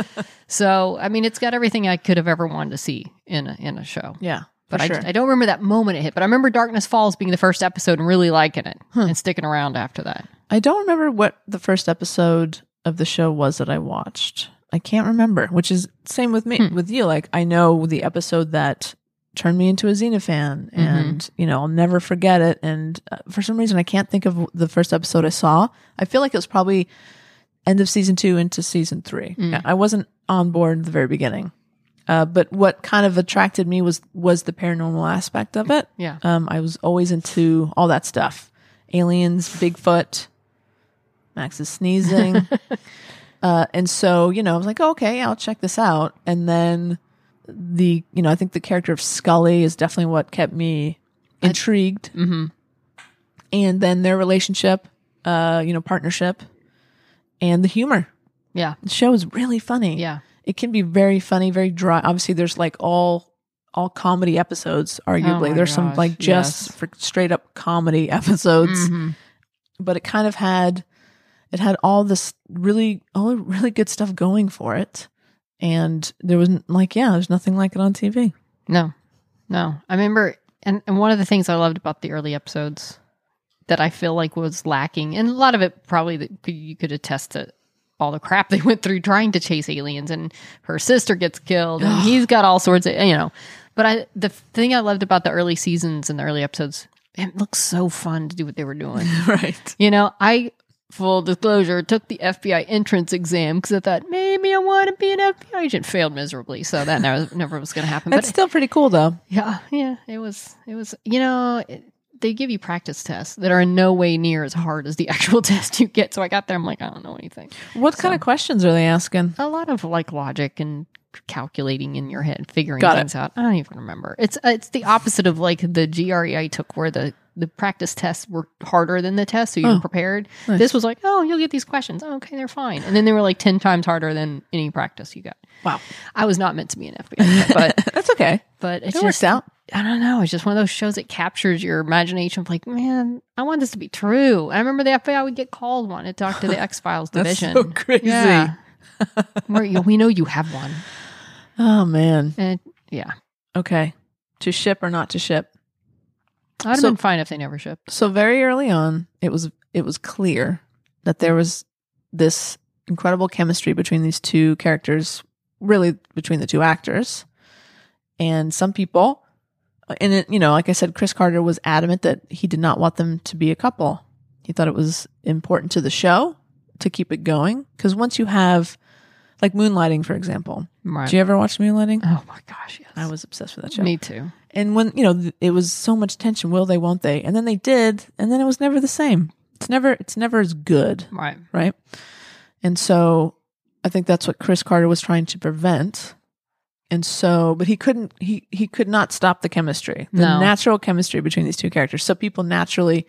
[SPEAKER 3] so, I mean, it's got everything I could have ever wanted to see in a, in a show.
[SPEAKER 2] Yeah. for
[SPEAKER 3] But I,
[SPEAKER 2] sure.
[SPEAKER 3] I don't remember that moment it hit, but I remember Darkness Falls being the first episode and really liking it and sticking around after that.
[SPEAKER 2] I don't remember what the first episode of the show was that I watched. I can't remember, which is same with me with you. Like I know the episode that turned me into a Xena fan, and you know I'll never forget it. And uh, for some reason, I can't think of the first episode I saw. I feel like it was probably end of season two into season three. I wasn't on board at the very beginning. Uh, but what kind of attracted me was was the paranormal aspect of it.
[SPEAKER 3] Yeah.
[SPEAKER 2] um, I was always into all that stuff: aliens, Bigfoot, Max is sneezing. uh, and so, you know, I was like, oh, okay, I'll check this out. And then the, you know, I think the character of Scully is definitely what kept me intrigued. Mm-hmm. And then their relationship, uh, you know, partnership and the humor.
[SPEAKER 3] Yeah.
[SPEAKER 2] The show is really funny.
[SPEAKER 3] Yeah.
[SPEAKER 2] It can be very funny, very dry. Obviously, there's like all all comedy episodes arguably
[SPEAKER 3] Oh my
[SPEAKER 2] there's some
[SPEAKER 3] gosh,
[SPEAKER 2] like just
[SPEAKER 3] yes.
[SPEAKER 2] for straight up comedy episodes
[SPEAKER 3] Mm-hmm.
[SPEAKER 2] but it kind of had it had all this really all the really good stuff going for it and there was n- like yeah there's nothing like it on tv
[SPEAKER 3] No, no. I remember, and, and one of the things I loved about the early episodes that I feel like was lacking, and a lot of it probably that c- you could attest to all the crap they went through trying to chase aliens, and her sister gets killed, and he's got all sorts of, you know. But I, the thing I loved about the early seasons and the early episodes, it looked so fun to do what they were doing.
[SPEAKER 2] right
[SPEAKER 3] You know, I full disclosure took the FBI entrance exam because I thought maybe I want to be an FBI agent. Failed miserably, so that never, never was going to happen.
[SPEAKER 2] that's
[SPEAKER 3] but
[SPEAKER 2] still pretty cool though
[SPEAKER 3] yeah, yeah, it was, it was. You know, it, they give you practice tests that are in no way near as hard as the actual test you get. So I got there, I'm like, I don't know anything.
[SPEAKER 2] what kind of questions are they asking
[SPEAKER 3] A lot of like logic and calculating in your head, figuring
[SPEAKER 2] Got it.
[SPEAKER 3] things out. I don't even remember. It's uh, it's the opposite of like the GRE I took, where the the practice tests were harder than the test, so
[SPEAKER 2] Oh,
[SPEAKER 3] you were prepared. This was like, oh, you'll get these questions. Oh, okay, they're fine, and then they were like ten times harder than any practice you got.
[SPEAKER 2] wow
[SPEAKER 3] I was not meant to be an FBI, but
[SPEAKER 2] that's okay
[SPEAKER 3] but it's
[SPEAKER 2] It worked
[SPEAKER 3] just
[SPEAKER 2] out.
[SPEAKER 3] I don't know. It's just one of those shows that captures your imagination. Of like, man, I want this to be true. I remember the FBI would get called one to talk to the X Files division.
[SPEAKER 2] so crazy.
[SPEAKER 3] Yeah. Where you- we know you have one,
[SPEAKER 2] oh man
[SPEAKER 3] and yeah,
[SPEAKER 2] okay to ship or not to ship
[SPEAKER 3] I'd have
[SPEAKER 2] So-
[SPEAKER 3] been fine if they never shipped.
[SPEAKER 2] so very early on it was it was clear that there was this incredible chemistry between these two characters, really between the two actors. And some people, uh, and it, you know, like I said, Chris Carter was adamant that he did not want them to be a couple. He thought it was important to the show to keep it going. Because once you have, like, Moonlighting, for example.
[SPEAKER 3] Right.
[SPEAKER 2] Did you ever watch Moonlighting?
[SPEAKER 3] oh my gosh, yes.
[SPEAKER 2] I was obsessed with that show.
[SPEAKER 3] Me too.
[SPEAKER 2] And when, you know, th- it was so much tension, will they, won't they? And then they did, and then it was never the same. It's never it's never as good,
[SPEAKER 3] Right.
[SPEAKER 2] right? And so I think that's what Chris Carter was trying to prevent. And so, but he couldn't he he could not stop the chemistry. The
[SPEAKER 3] No.
[SPEAKER 2] natural chemistry between these two characters. So people naturally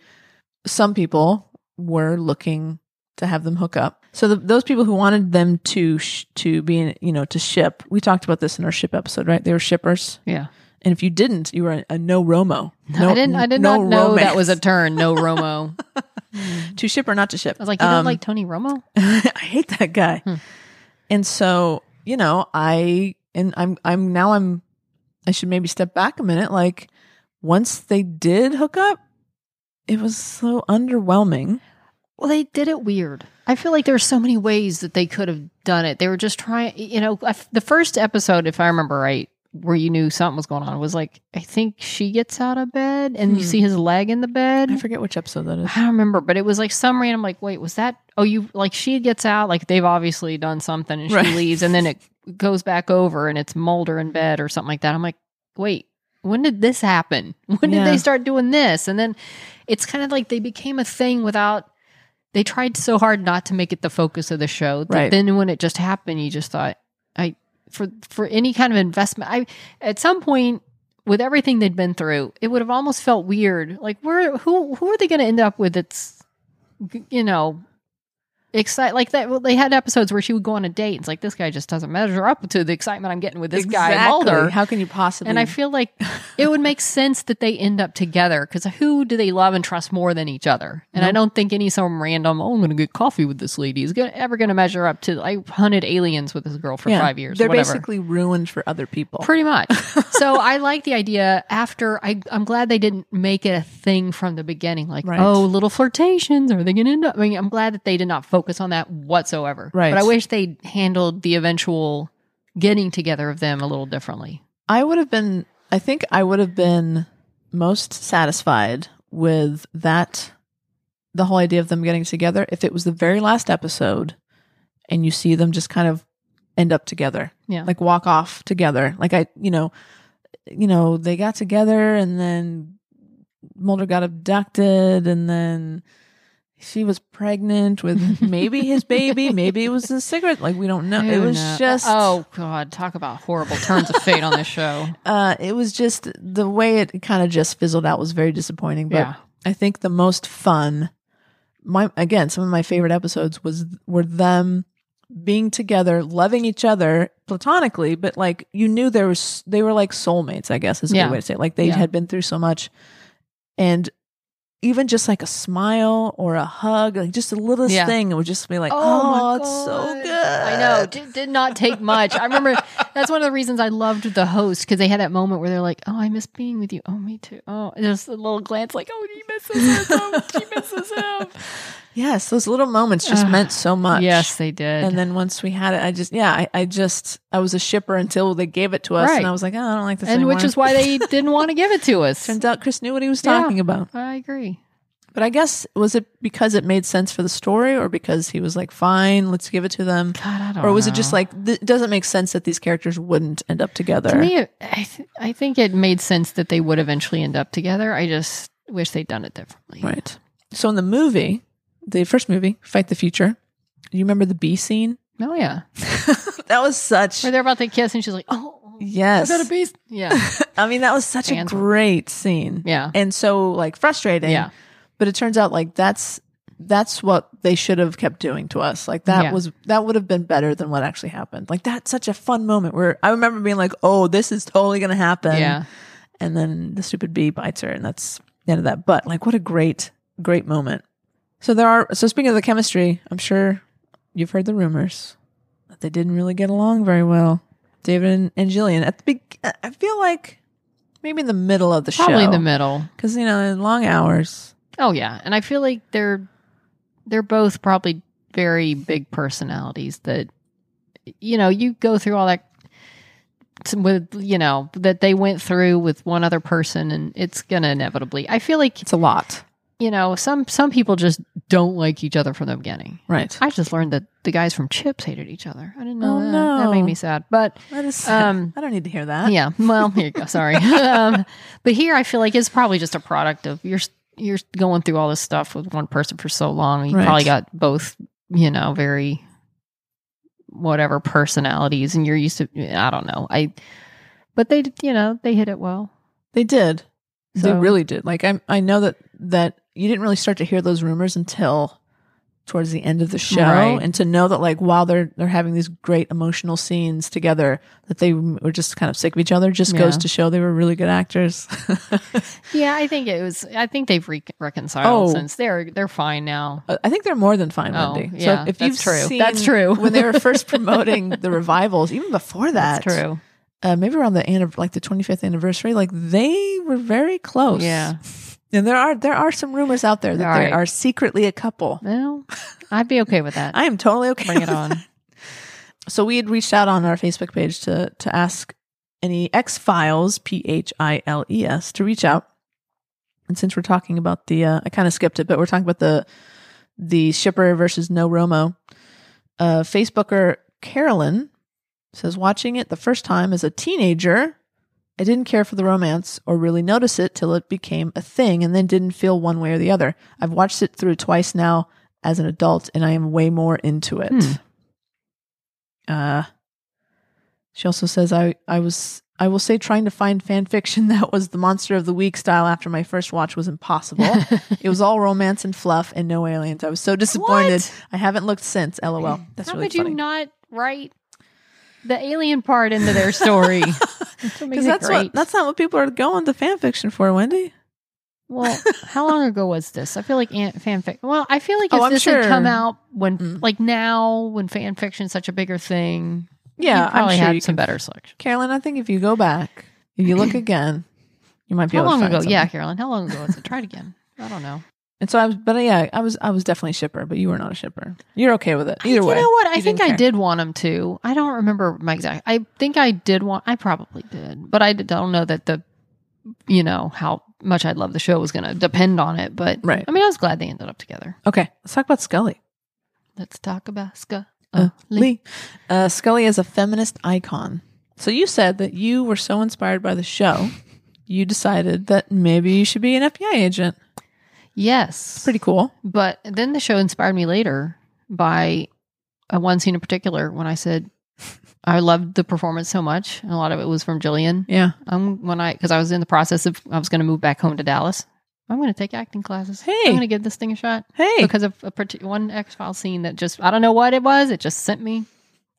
[SPEAKER 2] some people were looking to have them hook up. So the, those people who wanted them to sh- to be in, you know to ship, we talked about this in our ship episode, right? They were shippers.
[SPEAKER 3] Yeah.
[SPEAKER 2] And if you didn't, you were a, a no Romo. No,
[SPEAKER 3] I didn't I did
[SPEAKER 2] no
[SPEAKER 3] not know that
[SPEAKER 2] romance.
[SPEAKER 3] was a turn, no Romo. I
[SPEAKER 2] to ship or not to ship.
[SPEAKER 3] was like, you don't
[SPEAKER 2] Um,
[SPEAKER 3] like Hmm. Tony Romo?
[SPEAKER 2] I hate that guy. And so, you know, I and I'm I'm now I'm I should maybe step back a minute. Like once they did hook up, it was so underwhelming.
[SPEAKER 3] Well, they did it weird. I feel like there are so many ways that they could have done it. They were just trying, you know, I f- the first episode, if I remember right, where you knew something was going on was like, I think she gets out of bed and you see his leg in the bed.
[SPEAKER 2] I forget which episode that is.
[SPEAKER 3] I don't remember, but it was like some random, like, wait, was that? Oh, you like she gets out, like they've obviously done something and she
[SPEAKER 2] Right.
[SPEAKER 3] leaves, and then it goes back over and it's Mulder in bed or something like that. I'm like, wait, when did this happen? When
[SPEAKER 2] Yeah.
[SPEAKER 3] did they start doing this? And then it's kind of like they became a thing without. They tried so hard not to make it the focus of the show. That
[SPEAKER 2] Right.
[SPEAKER 3] Then when it just happened, you just thought, I for for any kind of investment, I at some point with everything they'd been through, it would have almost felt weird. Like, where who who are they going to end up with? That's you know, excite like that. Well, they had episodes where she would go on a date. and It's like this guy just doesn't measure up to the excitement I'm getting with this guy
[SPEAKER 2] Exactly.
[SPEAKER 3] Mulder.
[SPEAKER 2] How can you possibly?
[SPEAKER 3] And I feel like it would make sense that they end up together because who do they love and trust more than each other? And I don't think any some random, oh, I'm going to get coffee with this lady is gonna, ever going to measure up to, I hunted aliens with this girl for
[SPEAKER 2] Yeah.
[SPEAKER 3] five years. or
[SPEAKER 2] They're
[SPEAKER 3] whatever.
[SPEAKER 2] basically ruined for other people.
[SPEAKER 3] Pretty much. so I like the idea after I I'm glad they didn't make it a thing from the beginning. Like,
[SPEAKER 2] Right.
[SPEAKER 3] oh, little flirtations, are they gonna end up I mean, I'm glad that they did not focus on that whatsoever.
[SPEAKER 2] Right.
[SPEAKER 3] But I wish they handled the eventual getting together of them a little differently.
[SPEAKER 2] I would have been, I think I would have been most satisfied with that, the whole idea of them getting together, if it was the very last episode and you see them just kind of end up together,
[SPEAKER 3] Yeah.
[SPEAKER 2] like walk off together. Like I, you know, you know, they got together and then Mulder got abducted and then she was pregnant with maybe his baby, maybe it was a cigarette. Like we don't know. it
[SPEAKER 3] Who
[SPEAKER 2] was
[SPEAKER 3] kno-
[SPEAKER 2] just
[SPEAKER 3] Oh God, talk about horrible turns of fate on this show.
[SPEAKER 2] uh, it was just the way it kind of just fizzled out was very disappointing. But
[SPEAKER 3] Yeah.
[SPEAKER 2] I think the most fun, my again, some of my favorite episodes was were them being together, loving each other platonically, but like you knew there was they were like soulmates. I guess is a
[SPEAKER 3] Yeah.
[SPEAKER 2] good way to say it. Like they
[SPEAKER 3] Yeah.
[SPEAKER 2] had been through so much, and even just like a smile or a hug, like just the littlest
[SPEAKER 3] Yeah.
[SPEAKER 2] thing, it would just be like,
[SPEAKER 3] my
[SPEAKER 2] oh, it's so
[SPEAKER 3] God.
[SPEAKER 2] good.
[SPEAKER 3] I know. Did, did not take much. I remember that's one of the reasons I loved the host because they had that moment where they're like, "Oh, I miss being with you. Oh, me too. Oh, and just a little glance, like, oh, he misses us. Oh, she misses him.
[SPEAKER 2] Yes, those little moments just meant so much.
[SPEAKER 3] Yes, they did.
[SPEAKER 2] And then once we had it, I just yeah, I, I just I was a shipper until they gave it to us,
[SPEAKER 3] Right.
[SPEAKER 2] and I was like, oh, I don't like this.
[SPEAKER 3] and
[SPEAKER 2] anymore.
[SPEAKER 3] which is why they didn't want to give it to us.
[SPEAKER 2] turns out Chris knew what he was
[SPEAKER 3] Yeah.
[SPEAKER 2] talking about.
[SPEAKER 3] I agree.
[SPEAKER 2] But I guess was it because it made sense for the story, or because he was like, fine, let's give it to them,
[SPEAKER 3] God, I don't
[SPEAKER 2] or was it just
[SPEAKER 3] know.
[SPEAKER 2] like th- it doesn't make sense that these characters wouldn't end up together?
[SPEAKER 3] To me, it- I, th- I think it made sense that they would eventually end up together. I just wish they'd done it differently.
[SPEAKER 2] right. So in the movie, the first movie, Fight the Future, you remember the bee scene?
[SPEAKER 3] Oh yeah,
[SPEAKER 2] That was such
[SPEAKER 3] where they're about to kiss, and she's like, "Oh,
[SPEAKER 2] yes.
[SPEAKER 3] is that a beast?" Yeah,
[SPEAKER 2] I mean, that was such a
[SPEAKER 3] Fans were-
[SPEAKER 2] great scene.
[SPEAKER 3] Yeah.
[SPEAKER 2] And so like frustrating.
[SPEAKER 3] Yeah.
[SPEAKER 2] But it turns out like that's that's what they should have kept doing to us. Like that
[SPEAKER 3] Yeah.
[SPEAKER 2] was that would have been better than what actually happened. Like that's such a fun moment where I remember being like, "Oh, this is totally going to happen."
[SPEAKER 3] yeah.
[SPEAKER 2] And then the stupid bee bites her and that's the end of that. But like what a great great moment. So there are so speaking of the chemistry, I'm sure you've heard the rumors that they didn't really get along very well. David and, and Jillian at the big I feel like maybe in the middle of the
[SPEAKER 3] Probably
[SPEAKER 2] show.
[SPEAKER 3] the middle.
[SPEAKER 2] Because you know, in long hours.
[SPEAKER 3] Oh yeah, and I feel like they're they're both probably very big personalities that you know you go through all that t- with you know that they went through with one other person and it's gonna inevitably i feel like
[SPEAKER 2] It's a lot.
[SPEAKER 3] you know some some people just don't like each other from the beginning
[SPEAKER 2] Right.
[SPEAKER 3] i just learned that the guys from chips hated each other i didn't know
[SPEAKER 2] Oh,
[SPEAKER 3] that. that made
[SPEAKER 2] no.
[SPEAKER 3] me sad but
[SPEAKER 2] That is,
[SPEAKER 3] Um,
[SPEAKER 2] I don't need to hear that.
[SPEAKER 3] yeah. Well, here you go. Sorry. um, but here I feel like it's probably just a product of you're you're going through all this stuff with one person for so long. You
[SPEAKER 2] Right.
[SPEAKER 3] probably got both, you know, very whatever personalities and you're used to I don't know. I but they you know, they hit it well.
[SPEAKER 2] They did. They
[SPEAKER 3] So-
[SPEAKER 2] really did. Like I I know that that you didn't really start to hear those rumors until towards the end of the show
[SPEAKER 3] Right.
[SPEAKER 2] and to know that like while they're they're having these great emotional scenes together that they were just kind of sick of each other just goes
[SPEAKER 3] Yeah.
[SPEAKER 2] to show they were really good actors.
[SPEAKER 3] Yeah, I think it was I think they've re- reconciled
[SPEAKER 2] Oh.
[SPEAKER 3] since they're they're fine now.
[SPEAKER 2] I think they're more than fine,
[SPEAKER 3] Oh,
[SPEAKER 2] Wendy.
[SPEAKER 3] yeah,
[SPEAKER 2] so if
[SPEAKER 3] that's
[SPEAKER 2] you've
[SPEAKER 3] true.
[SPEAKER 2] seen
[SPEAKER 3] That's true.
[SPEAKER 2] when they were first promoting the revivals, even before that,
[SPEAKER 3] That's true.
[SPEAKER 2] Uh, maybe around the anniv- like the 25th anniversary, like they were very close.
[SPEAKER 3] Yeah.
[SPEAKER 2] and there are there are some rumors out there that
[SPEAKER 3] All
[SPEAKER 2] they
[SPEAKER 3] right.
[SPEAKER 2] are secretly a couple.
[SPEAKER 3] Well, I'd be okay with that.
[SPEAKER 2] I am totally okay.
[SPEAKER 3] Bring
[SPEAKER 2] with
[SPEAKER 3] it
[SPEAKER 2] that.
[SPEAKER 3] on.
[SPEAKER 2] So we had reached out on our Facebook page to to ask any X Files P H I L E S to reach out. And since we're talking about the, uh, I kind of skipped it, but we're talking about the the shipper versus no Romo. Uh, Facebooker Carolyn says watching it the first time as a teenager. I didn't care for the romance or really notice it till it became a thing and then didn't feel one way or the other. I've watched it through twice now as an adult and I am way more into it.
[SPEAKER 3] Hmm.
[SPEAKER 2] Uh, she also says I, I was I will say trying to find fan fiction that was the monster of the week style after my first watch was impossible. it was all romance and fluff and no aliens. I was so disappointed.
[SPEAKER 3] What?
[SPEAKER 2] I haven't looked since. LOL. That's
[SPEAKER 3] How
[SPEAKER 2] really
[SPEAKER 3] could you
[SPEAKER 2] funny.
[SPEAKER 3] not write the alien part into their story?
[SPEAKER 2] Because that's what that's not what people are going to fan fiction for, Wendy.
[SPEAKER 3] well. How long ago was this? I feel like ant- fan fic- Well, I feel like if
[SPEAKER 2] Oh, I'm
[SPEAKER 3] this
[SPEAKER 2] sure.
[SPEAKER 3] had come out when,
[SPEAKER 2] Mm.
[SPEAKER 3] like now, when fan fiction's such a bigger thing,
[SPEAKER 2] Yeah,
[SPEAKER 3] you probably
[SPEAKER 2] I'm sure
[SPEAKER 3] had
[SPEAKER 2] you
[SPEAKER 3] some
[SPEAKER 2] can.
[SPEAKER 3] better selection.
[SPEAKER 2] Carolyn, I think if you go back, if you look again, you might be
[SPEAKER 3] How
[SPEAKER 2] able
[SPEAKER 3] long
[SPEAKER 2] to
[SPEAKER 3] ago?
[SPEAKER 2] find
[SPEAKER 3] Yeah,
[SPEAKER 2] something.
[SPEAKER 3] Carolyn. How long ago was it? Try it again. I don't know.
[SPEAKER 2] And so I was, but yeah, I was, I was definitely a shipper, but you were not a shipper. You're okay with it either
[SPEAKER 3] you
[SPEAKER 2] way.
[SPEAKER 3] know what? I
[SPEAKER 2] You
[SPEAKER 3] think
[SPEAKER 2] didn't
[SPEAKER 3] I
[SPEAKER 2] care.
[SPEAKER 3] did want him to. I don't remember my exact. I think I did want. I probably did, but I don't know that the, you know, how much I love the show was going to depend on it. But
[SPEAKER 2] Right.
[SPEAKER 3] I mean, I was glad they ended up together.
[SPEAKER 2] Okay, let's talk about Scully.
[SPEAKER 3] Let's talk about Scully.
[SPEAKER 2] Uh, Lee. Uh, Scully is a feminist icon. So you said that you were so inspired by the show, you decided that maybe you should be an FBI agent.
[SPEAKER 3] Yes,
[SPEAKER 2] Pretty cool.
[SPEAKER 3] But then the show inspired me later by a one scene in particular when I said I loved the performance so much, and a lot of it was from Jillian.
[SPEAKER 2] Yeah.
[SPEAKER 3] I'm Um, when I because I was in the process of I was going to move back home to Dallas. I'm going to take acting classes.
[SPEAKER 2] Hey.
[SPEAKER 3] I'm going to give this thing a shot
[SPEAKER 2] Hey.
[SPEAKER 3] because of a parti one X file scene that just I don't know what it was. It just sent me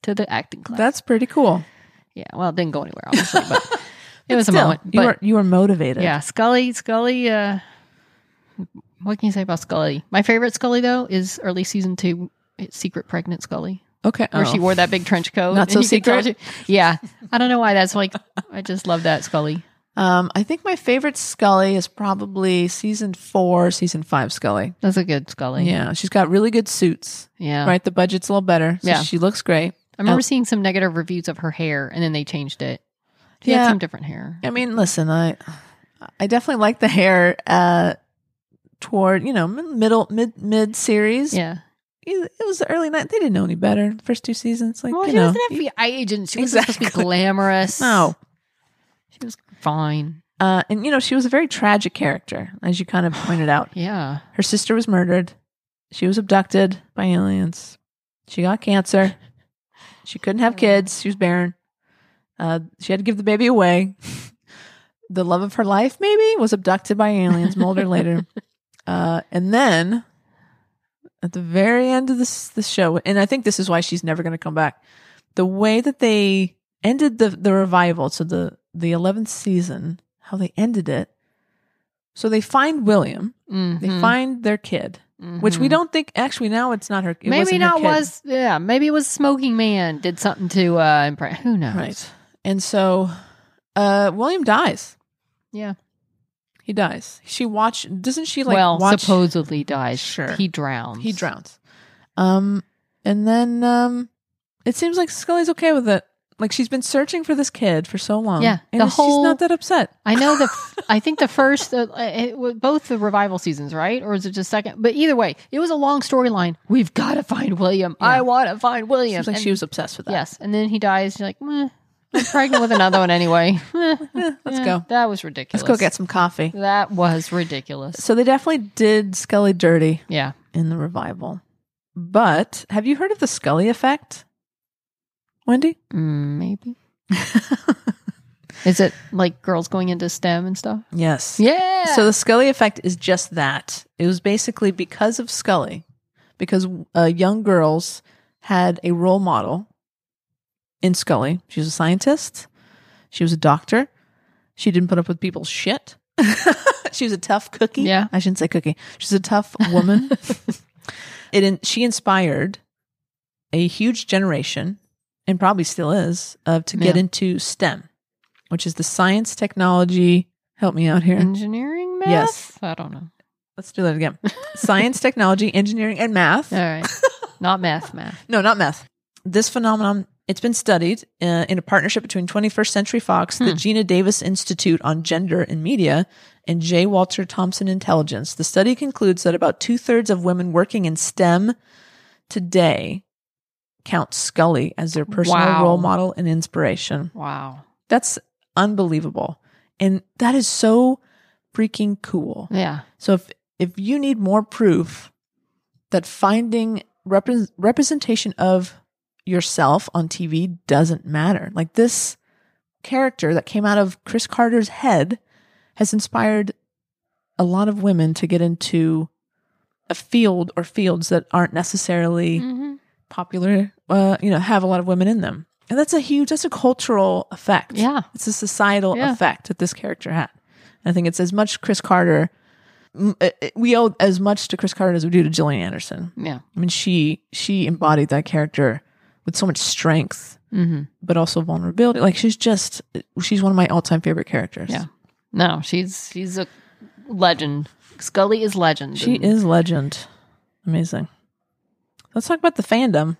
[SPEAKER 3] to the acting class.
[SPEAKER 2] That's pretty cool.
[SPEAKER 3] yeah. Well, it didn't go anywhere obviously, but it was
[SPEAKER 2] Still,
[SPEAKER 3] a moment.
[SPEAKER 2] You
[SPEAKER 3] but-
[SPEAKER 2] were you were motivated.
[SPEAKER 3] yeah, Scully, Scully, uh what can you say about Scully? My favorite Scully though is early season two it's Secret Pregnant Scully.
[SPEAKER 2] Okay.
[SPEAKER 3] Where she
[SPEAKER 2] oh.
[SPEAKER 3] wore that big trench coat.
[SPEAKER 2] Not
[SPEAKER 3] and
[SPEAKER 2] so
[SPEAKER 3] you could tell
[SPEAKER 2] secret?
[SPEAKER 3] she- yeah. I don't know why that's like I just love that Scully.
[SPEAKER 2] Um, I think my favorite Scully is probably season four, season five Scully.
[SPEAKER 3] That's a good Scully.
[SPEAKER 2] Yeah, she's got really good suits.
[SPEAKER 3] Yeah.
[SPEAKER 2] Right, the budget's a little better. So
[SPEAKER 3] Yeah.
[SPEAKER 2] she looks great.
[SPEAKER 3] I remember
[SPEAKER 2] Oh.
[SPEAKER 3] seeing some negative reviews of her hair and then they changed it. She
[SPEAKER 2] Yeah.
[SPEAKER 3] had some different hair.
[SPEAKER 2] I mean, listen, I I definitely like the hair uh toward you know m- middle mid mid series.
[SPEAKER 3] Yeah.
[SPEAKER 2] it it was the early night. They didn't know any better. The first two seasons, like
[SPEAKER 3] Well,
[SPEAKER 2] you
[SPEAKER 3] she
[SPEAKER 2] know,
[SPEAKER 3] was an FBI agent. She wasn't supposed to
[SPEAKER 2] Exactly.
[SPEAKER 3] be glamorous.
[SPEAKER 2] no.
[SPEAKER 3] She was fine.
[SPEAKER 2] Uh, and you know, she was a very tragic character, as you kind of pointed out.
[SPEAKER 3] Yeah.
[SPEAKER 2] Her sister was murdered. She was abducted by aliens. She got cancer. She couldn't have kids. She was barren. Uh, she had to give the baby away. The love of her life, maybe, was abducted by aliens. Mold her later. Uh, and then at the very end of this, this show, and I think this is why she's never going to come back. The way that they ended the, the revival, so the, the 11th season, how they ended it. So they find William. They
[SPEAKER 3] Mhm.
[SPEAKER 2] find their kid, which we
[SPEAKER 3] Mhm.
[SPEAKER 2] don't think. Actually, now it's not her. It
[SPEAKER 3] maybe
[SPEAKER 2] wasn't her
[SPEAKER 3] not
[SPEAKER 2] kid.
[SPEAKER 3] was yeah maybe it was smoking man did something to uh impress who knows
[SPEAKER 2] right. And so, uh, William dies.
[SPEAKER 3] yeah
[SPEAKER 2] He dies. She watch doesn't she like
[SPEAKER 3] well,
[SPEAKER 2] watch
[SPEAKER 3] supposedly dies.
[SPEAKER 2] Sure.
[SPEAKER 3] He drowns.
[SPEAKER 2] he drowns. Um and then um it seems like Scully's okay with it. Like she's been searching for this kid for so long.
[SPEAKER 3] Yeah,
[SPEAKER 2] And
[SPEAKER 3] the
[SPEAKER 2] she's
[SPEAKER 3] whole-
[SPEAKER 2] not that upset.
[SPEAKER 3] I know the. f- I think the first, uh, it, was both the revival seasons, right? Or is it just second? But either way, it was a long storyline. We've got to find William. I want to find William.
[SPEAKER 2] Seems like
[SPEAKER 3] And-
[SPEAKER 2] she was obsessed with that.
[SPEAKER 3] Yes, and then he dies. You're like, Meh, I'm pregnant with another one anyway. Eh,
[SPEAKER 2] Let's
[SPEAKER 3] eh,
[SPEAKER 2] go.
[SPEAKER 3] That was ridiculous.
[SPEAKER 2] Let's go get some coffee.
[SPEAKER 3] That was ridiculous.
[SPEAKER 2] So they definitely did Scully dirty
[SPEAKER 3] Yeah.
[SPEAKER 2] in the revival. But have you heard of the Scully effect? Wendy?
[SPEAKER 3] Mm, maybe. Is it like girls going into STEM and stuff?
[SPEAKER 2] Yes.
[SPEAKER 3] Yeah.
[SPEAKER 2] So the Scully effect is just that. It was basically because of Scully, because uh, young girls had a role model in Scully. She was a scientist. She was a doctor. She didn't put up with people's shit. she was a tough cookie.
[SPEAKER 3] Yeah.
[SPEAKER 2] I shouldn't say cookie. She's a tough woman. it in, she inspired a huge generation, and probably still is, of to get
[SPEAKER 3] Yeah.
[SPEAKER 2] into STEM, which is the science, technology. Help me out here.
[SPEAKER 3] engineering math?
[SPEAKER 2] Yes.
[SPEAKER 3] I don't know.
[SPEAKER 2] Let's do that again. Science, technology, engineering, and math.
[SPEAKER 3] All right. Not math, math.
[SPEAKER 2] No, not math. This phenomenon, it's been studied uh, in a partnership between 21st Century Fox, the Gina Davis Institute on Gender and Media, and J. Walter Thompson Intelligence. The study concludes that about two thirds of women working in STEM today count Scully as their personal
[SPEAKER 3] Wow.
[SPEAKER 2] role model and inspiration.
[SPEAKER 3] Wow.
[SPEAKER 2] That's unbelievable. And that is so freaking cool.
[SPEAKER 3] Yeah.
[SPEAKER 2] So if if you need more proof that finding repre- representation of yourself on TV doesn't matter, like this character that came out of Chris Carter's head has inspired a lot of women to get into a field or fields that aren't necessarily
[SPEAKER 3] Mhm.
[SPEAKER 2] popular, uh, you know, have a lot of women in them. And that's a huge, that's a cultural effect.
[SPEAKER 3] Yeah.
[SPEAKER 2] It's a societal
[SPEAKER 3] Yeah.
[SPEAKER 2] effect that this character had. And I think it's as much Chris Carter, m- uh, uh, we owe as much to Chris Carter as we do to Gillian Anderson.
[SPEAKER 3] Yeah.
[SPEAKER 2] I mean, she, she embodied that character with so much strength,
[SPEAKER 3] hmm
[SPEAKER 2] but also vulnerability. Like she's just, she's one of my all time favorite characters.
[SPEAKER 3] Yeah. No, she's she's a legend. Scully is legend.
[SPEAKER 2] She
[SPEAKER 3] And
[SPEAKER 2] is legend. Amazing. Let's talk about the fandom.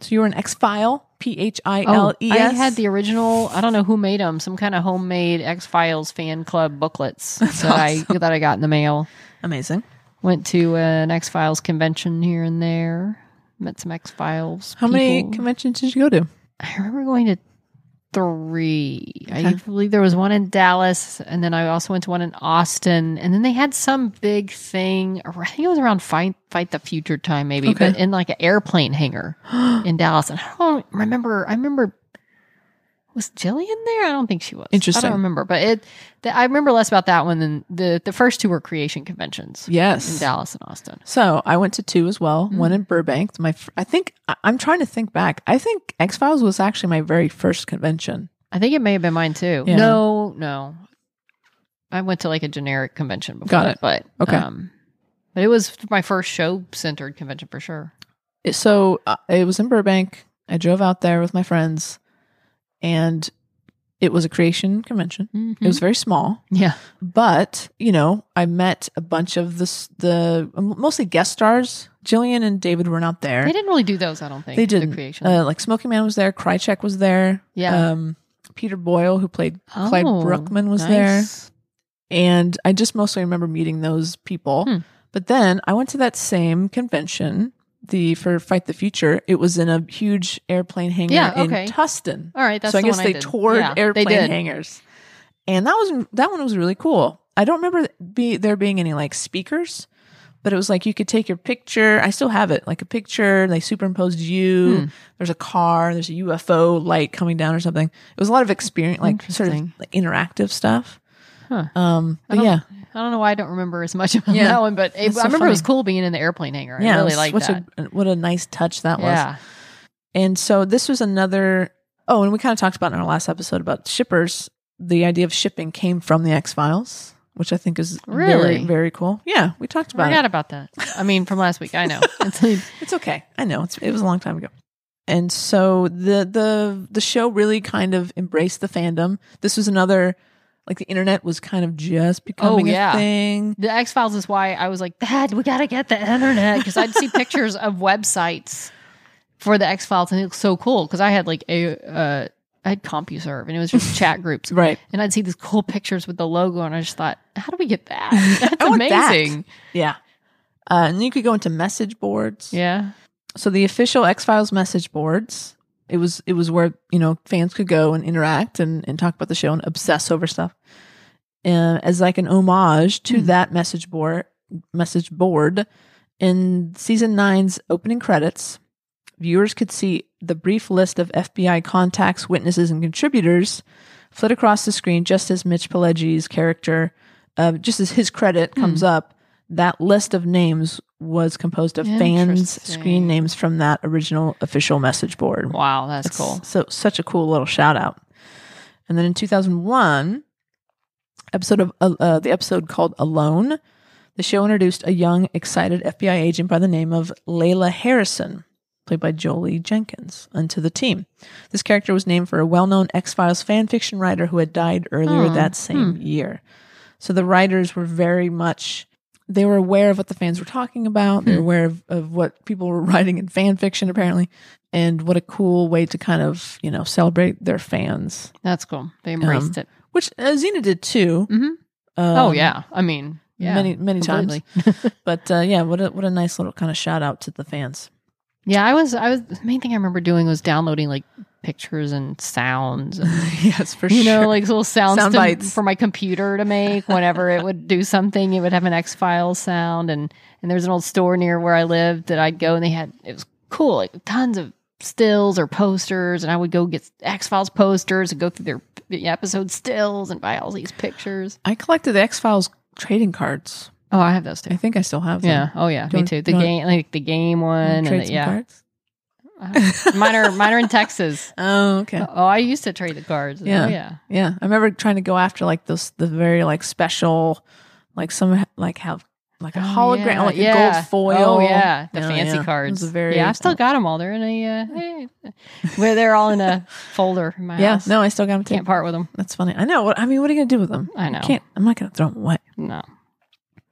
[SPEAKER 2] So you were an X File, P H I
[SPEAKER 3] Oh,
[SPEAKER 2] L E
[SPEAKER 3] I
[SPEAKER 2] S.
[SPEAKER 3] had the original. I don't know who made them. Some kind of homemade X Files fan club booklets that I that I got in the mail.
[SPEAKER 2] amazing.
[SPEAKER 3] Went to uh, an X Files convention here and there. Met some X Files.
[SPEAKER 2] How many conventions did you go to?
[SPEAKER 3] I remember going to three. I believe there was one in Dallas, and then I also went to one in Austin, and then they had some big thing. ar- I think it was around Fight Fight the Future time, maybe,
[SPEAKER 2] Okay.
[SPEAKER 3] but in like an airplane hangar in Dallas. And I don't remember. I remember. Was Jillian there? I don't think she was. I
[SPEAKER 2] Interesting.
[SPEAKER 3] don't remember, but it. The, I remember less about that one than the the first two were creation conventions in
[SPEAKER 2] Yes.
[SPEAKER 3] Dallas Mm-hmm. and Austin.
[SPEAKER 2] So I went to two as well. One in Burbank. My, fr- I think I- I'm trying to think back. I think X Files was actually my very first convention.
[SPEAKER 3] I think it may have been mine too.
[SPEAKER 2] Yeah.
[SPEAKER 3] No, no. I went to like a generic convention before.
[SPEAKER 2] Got
[SPEAKER 3] that,
[SPEAKER 2] it.
[SPEAKER 3] But
[SPEAKER 2] Okay.
[SPEAKER 3] Um, but it was my first show centered convention for sure.
[SPEAKER 2] It- So uh, it was in Burbank. I drove out there with my friends, and it was a creation convention. It was very small.
[SPEAKER 3] Hmm. yeah.
[SPEAKER 2] but you know i met a bunch of the s- the um, mostly guest stars jillian and david were not there
[SPEAKER 3] They didn't really do those, I don't think.
[SPEAKER 2] they didn't
[SPEAKER 3] The creation.
[SPEAKER 2] Uh, like smoking man was there krychek was there
[SPEAKER 3] Yeah.
[SPEAKER 2] um peter boyle who played clyde
[SPEAKER 3] Oh,
[SPEAKER 2] bruckman was
[SPEAKER 3] nice.
[SPEAKER 2] there and i just mostly remember meeting those people
[SPEAKER 3] Hmm.
[SPEAKER 2] but then i went to that same convention the for fight the future it was in a huge airplane hangar
[SPEAKER 3] Yeah,
[SPEAKER 2] in
[SPEAKER 3] okay.
[SPEAKER 2] tustin
[SPEAKER 3] All right. That's
[SPEAKER 2] so I
[SPEAKER 3] the
[SPEAKER 2] guess
[SPEAKER 3] one
[SPEAKER 2] they
[SPEAKER 3] did.
[SPEAKER 2] toured
[SPEAKER 3] Yeah,
[SPEAKER 2] airplane
[SPEAKER 3] They did.
[SPEAKER 2] hangars, and that was that one was really cool. I don't remember be, there being any like speakers, but it was like you could take your picture. I still have it, like a picture. They superimposed
[SPEAKER 3] Hmm.
[SPEAKER 2] you. There's a car. There's a UFO light coming down or something. It was a lot of experience, like sort of
[SPEAKER 3] Interesting.
[SPEAKER 2] like, interactive stuff.
[SPEAKER 3] Huh.
[SPEAKER 2] Um,
[SPEAKER 3] I
[SPEAKER 2] but
[SPEAKER 3] don't-
[SPEAKER 2] yeah,
[SPEAKER 3] I don't know why I don't remember as much about
[SPEAKER 2] Yeah.
[SPEAKER 3] that one, but it,
[SPEAKER 2] That's so
[SPEAKER 3] I remember it was
[SPEAKER 2] funny.
[SPEAKER 3] cool being in the airplane hangar.
[SPEAKER 2] yeah,
[SPEAKER 3] I
[SPEAKER 2] it
[SPEAKER 3] really
[SPEAKER 2] was-
[SPEAKER 3] liked
[SPEAKER 2] what's
[SPEAKER 3] that.
[SPEAKER 2] A, what a nice touch that was.
[SPEAKER 3] yeah.
[SPEAKER 2] And so this was another. Oh, and we kind of talked about in our last episode about shippers. The idea of shipping came from the X Files, which I think is
[SPEAKER 3] Really? Oh
[SPEAKER 2] very, very cool. Yeah, we talked
[SPEAKER 3] I
[SPEAKER 2] about
[SPEAKER 3] forgot
[SPEAKER 2] it.
[SPEAKER 3] about that. I mean, from last week. I know. It's-
[SPEAKER 2] It's okay. I know it's, it was a long time ago. And so the the the show really kind of embraced the fandom. This was another Like the internet was kind of just becoming
[SPEAKER 3] Oh, yeah.
[SPEAKER 2] a thing.
[SPEAKER 3] The X Files is why I was like, Dad, we gotta get the internet because I'd see pictures of websites for the X Files and it looked so cool because I had like a uh, I had CompuServe and it was just chat groups,
[SPEAKER 2] Right.
[SPEAKER 3] And I'd see these cool pictures with the logo and I just thought, how do we get that? That's
[SPEAKER 2] I want that.
[SPEAKER 3] amazing.
[SPEAKER 2] Yeah. Uh, and you could go into message boards.
[SPEAKER 3] Yeah,
[SPEAKER 2] So the official X Files message boards, it was it was where you know fans could go and interact and, and talk about the show and obsess over stuff, uh, as like an homage to that message board message board. In season nine's opening credits, viewers could see the brief list of FBI contacts, witnesses, and contributors flit across the screen just as Mitch Pileggi's character, uh, just as his credit comes up. That list of names was composed of fans,
[SPEAKER 3] Interesting.
[SPEAKER 2] screen names from that original official message board.
[SPEAKER 3] wow, that's cool.
[SPEAKER 2] So such a cool little shout out. And then in 2001, episode of uh, uh, the episode called Alone, the show introduced a young, excited FBI agent by the name of Layla Harrison, played by Jolie Jenkins, onto the team. This character was named for a well-known X-Files fan fiction writer who had died earlier
[SPEAKER 3] hmm.
[SPEAKER 2] that same year. So the writers were very much they were aware of what the fans were talking
[SPEAKER 3] Hmm.
[SPEAKER 2] about. They were aware of, of what people were writing in fan fiction, apparently, and what a cool way to kind of you know celebrate their fans,
[SPEAKER 3] That's cool. They embraced
[SPEAKER 2] Um,
[SPEAKER 3] it.
[SPEAKER 2] which uh, Xena did too.
[SPEAKER 3] Mhm.
[SPEAKER 2] Um,
[SPEAKER 3] oh yeah, I mean, yeah,
[SPEAKER 2] many many
[SPEAKER 3] completely.
[SPEAKER 2] times. but uh, yeah, what a, what a nice little kind of shout out to the fans.
[SPEAKER 3] Yeah, I was. I was. The main thing I remember doing was downloading like pictures and sounds and
[SPEAKER 2] yes, for
[SPEAKER 3] you know, like little sounds
[SPEAKER 2] Sound
[SPEAKER 3] to-
[SPEAKER 2] bites.
[SPEAKER 3] for my computer to make whenever it would do something. It would have an X Files sound, and and there was an old store near where I lived that I'd go, and they had it was cool, like tons of stills or posters, and I would go get X Files posters and go through their p- episode stills and buy all these pictures.
[SPEAKER 2] I collected the X Files trading cards.
[SPEAKER 3] Oh, I have those
[SPEAKER 2] I
[SPEAKER 3] too.
[SPEAKER 2] think I still have them.
[SPEAKER 3] Yeah. Oh, yeah.
[SPEAKER 2] Do
[SPEAKER 3] Me
[SPEAKER 2] you want-
[SPEAKER 3] too. The
[SPEAKER 2] do you
[SPEAKER 3] game, like the game one, and
[SPEAKER 2] Trade
[SPEAKER 3] the,
[SPEAKER 2] some
[SPEAKER 3] yeah. Uh,
[SPEAKER 2] cards.
[SPEAKER 3] mine are mine are in Texas.
[SPEAKER 2] Oh, okay.
[SPEAKER 3] Oh, I used to trade the cards.
[SPEAKER 2] Yeah.
[SPEAKER 3] Oh, yeah.
[SPEAKER 2] Yeah, I remember trying to go after like those the very like special, like some like have like a
[SPEAKER 3] Oh,
[SPEAKER 2] hologram,
[SPEAKER 3] yeah,
[SPEAKER 2] like a
[SPEAKER 3] yeah.
[SPEAKER 2] gold foil.
[SPEAKER 3] Oh yeah, the
[SPEAKER 2] Yeah,
[SPEAKER 3] fancy
[SPEAKER 2] yeah. It
[SPEAKER 3] cards.
[SPEAKER 2] was a very
[SPEAKER 3] yeah, I've still got them all. They're in a uh, eh, where they're all in a folder in my
[SPEAKER 2] yeah.
[SPEAKER 3] house.
[SPEAKER 2] No, I still got them.
[SPEAKER 3] can't
[SPEAKER 2] Too.
[SPEAKER 3] part with them.
[SPEAKER 2] That's funny. I know. What I mean, what are you gonna do with them?
[SPEAKER 3] I know.
[SPEAKER 2] Can't. I'm not gonna throw them away.
[SPEAKER 3] No,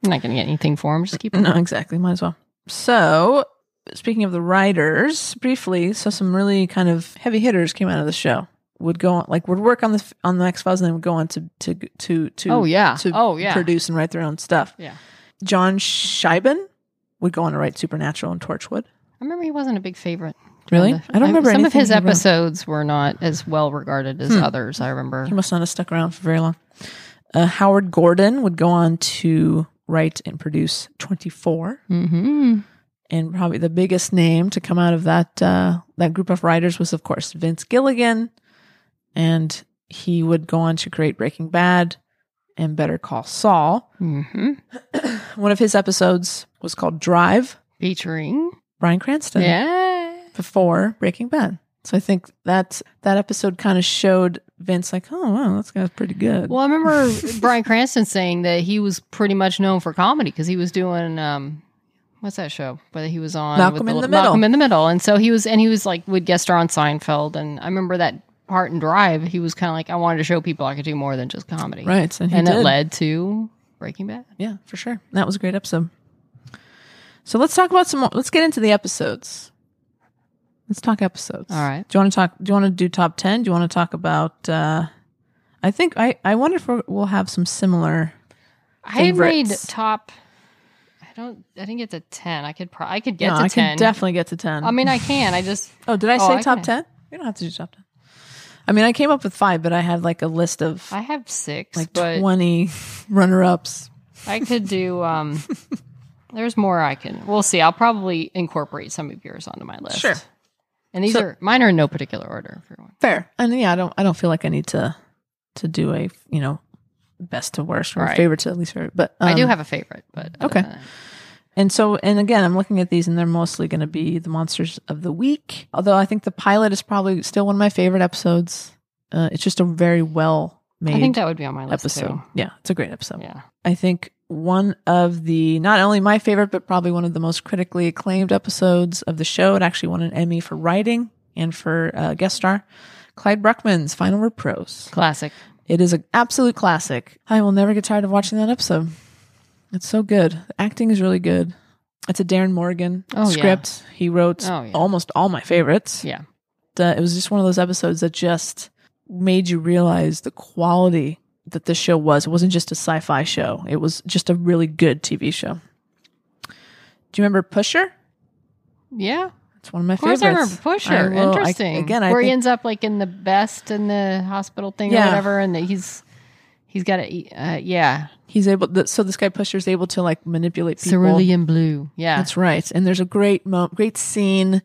[SPEAKER 3] I'm not gonna get anything for them. Just keep 'em.
[SPEAKER 2] No, exactly. Might as well. So, speaking of the writers, briefly, so some really kind of heavy hitters came out of the show. Would go on, like would work on the f- on the X Files, and then would go on to to to to
[SPEAKER 3] Oh, yeah.
[SPEAKER 2] to
[SPEAKER 3] Oh, yeah.
[SPEAKER 2] produce and write their own stuff.
[SPEAKER 3] Yeah,
[SPEAKER 2] John Scheiben would go on to write Supernatural and Torchwood.
[SPEAKER 3] I remember he wasn't a big favorite.
[SPEAKER 2] Really?
[SPEAKER 3] Of the-
[SPEAKER 2] I don't remember
[SPEAKER 3] Some of
[SPEAKER 2] anything
[SPEAKER 3] his
[SPEAKER 2] he wrote. Hmm.
[SPEAKER 3] episodes were not as well regarded as others. I remember.
[SPEAKER 2] He must not have stuck around for very long. Uh, Howard Gordon would go on to write and produce 24.
[SPEAKER 3] Mm-hmm.
[SPEAKER 2] And probably the biggest name to come out of that uh, that group of writers was, of course, Vince Gilligan. And he would go on to create Breaking Bad and Better Call Saul.
[SPEAKER 3] Mm-hmm.
[SPEAKER 2] One of his episodes was called Drive,
[SPEAKER 3] Featuring.
[SPEAKER 2] Brian Cranston.
[SPEAKER 3] Yeah.
[SPEAKER 2] before Breaking Bad. So I think that that episode kind of showed Vince like, oh wow, this guy's pretty good.
[SPEAKER 3] Well, I remember Brian Cranston saying that he was pretty much known for comedy because he was doing um, what's that show? But he was on
[SPEAKER 2] Malcolm in
[SPEAKER 3] li-
[SPEAKER 2] the Middle.
[SPEAKER 3] Malcolm in the Middle, and so he was, and he was like would guest star on Seinfeld, and I remember that part in Drive. He was kind of like, I wanted to show people I could do more than just comedy,
[SPEAKER 2] right, and he
[SPEAKER 3] And
[SPEAKER 2] did.
[SPEAKER 3] it led to Breaking Bad.
[SPEAKER 2] yeah, for sure. That was a great episode. So let's talk about some. more- Let's get into the episodes. Let's talk episodes.
[SPEAKER 3] All right.
[SPEAKER 2] Do you want to talk? Do you want to do top ten? Do you want to talk about? uh I think I I wonder if we're- we'll have some similar.
[SPEAKER 3] I made
[SPEAKER 2] Favorites.
[SPEAKER 3] top. I don't. I didn't get to ten. I could. Pro- I could get
[SPEAKER 2] No,
[SPEAKER 3] to
[SPEAKER 2] I
[SPEAKER 3] ten.
[SPEAKER 2] can definitely get to ten.
[SPEAKER 3] I mean, I can. I just.
[SPEAKER 2] oh, did I
[SPEAKER 3] oh,
[SPEAKER 2] say
[SPEAKER 3] I
[SPEAKER 2] top
[SPEAKER 3] can-
[SPEAKER 2] ten? We don't have to do top ten. I mean, I came up with five, but I had like a list of
[SPEAKER 3] I have six,
[SPEAKER 2] like
[SPEAKER 3] but
[SPEAKER 2] 20 runner ups.
[SPEAKER 3] I could do. Um, there's more I can. We'll see. I'll probably incorporate some of yours onto my list. And these
[SPEAKER 2] So-
[SPEAKER 3] are mine are in no particular order. If you're
[SPEAKER 2] Fair. And yeah, I don't I don't feel like I need to to do a, you know, best to worst or
[SPEAKER 3] Right.
[SPEAKER 2] favorite to least favorite. But um,
[SPEAKER 3] I do have a favorite, but other
[SPEAKER 2] okay.
[SPEAKER 3] than that-
[SPEAKER 2] And so and again, I'm looking at these and they're mostly going to be the monsters of the week. Although I think the pilot is probably still one of my favorite episodes. Uh, it's just a very well
[SPEAKER 3] I think
[SPEAKER 2] made
[SPEAKER 3] that would be on my list
[SPEAKER 2] episode.
[SPEAKER 3] too.
[SPEAKER 2] Yeah, it's a great episode.
[SPEAKER 3] Yeah,
[SPEAKER 2] I think one of the not only my favorite, but probably one of the most critically acclaimed episodes of the show. It actually won an Emmy for writing and for uh, guest star Clyde Bruckman's Final Repose.
[SPEAKER 3] classic.
[SPEAKER 2] It is an absolute classic. I will never get tired of watching that episode. It's so good. The acting is really good. It's a Darren Morgan
[SPEAKER 3] Oh, yeah.
[SPEAKER 2] script. He wrote
[SPEAKER 3] Oh, yeah.
[SPEAKER 2] almost all my favorites.
[SPEAKER 3] Yeah.
[SPEAKER 2] Uh, it was just one of those episodes that just made you realize the quality that this show was. It wasn't just a sci fi show, it was just a really good TV show. Do you remember Pusher?
[SPEAKER 3] Yeah.
[SPEAKER 2] It's one of my
[SPEAKER 3] Of course,
[SPEAKER 2] favorites.
[SPEAKER 3] I remember Pusher.
[SPEAKER 2] I will- I-
[SPEAKER 3] Interesting.
[SPEAKER 2] again, I
[SPEAKER 3] where he
[SPEAKER 2] think-
[SPEAKER 3] ends up like in the best in the hospital thing
[SPEAKER 2] Yeah.
[SPEAKER 3] or whatever, and that he's he's got a uh, yeah
[SPEAKER 2] he's able. th so this guy Pusher is able to like manipulate people.
[SPEAKER 3] cerulean blue. Yeah,
[SPEAKER 2] That's right. And there's a great mo- great scene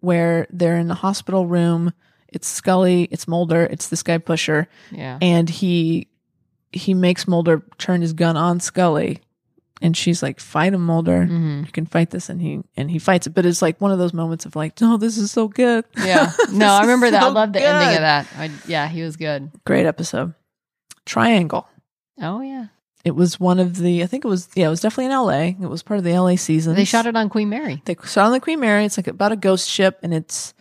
[SPEAKER 2] where they're in the hospital room. It's Scully, it's Mulder, it's this guy Pusher,
[SPEAKER 3] yeah.
[SPEAKER 2] and he he makes Mulder turn his gun on Scully, and she's like, "Fight him, Mulder.
[SPEAKER 3] Mhm.
[SPEAKER 2] You can fight this." And he and he fights it. But it's like one of those moments of like, "No, this is so good."
[SPEAKER 3] Yeah.
[SPEAKER 2] This
[SPEAKER 3] No, I
[SPEAKER 2] is
[SPEAKER 3] remember that. I
[SPEAKER 2] so
[SPEAKER 3] love the ending
[SPEAKER 2] good.
[SPEAKER 3] of that. I, yeah, he was good.
[SPEAKER 2] Great episode. Triangle.
[SPEAKER 3] Oh yeah.
[SPEAKER 2] It was one of the. I think it was. Yeah, it was definitely in L.A. It was part of the L.A. season.
[SPEAKER 3] They shot it on Queen Mary.
[SPEAKER 2] They shot on the Queen Mary. It's like about a ghost ship, and it's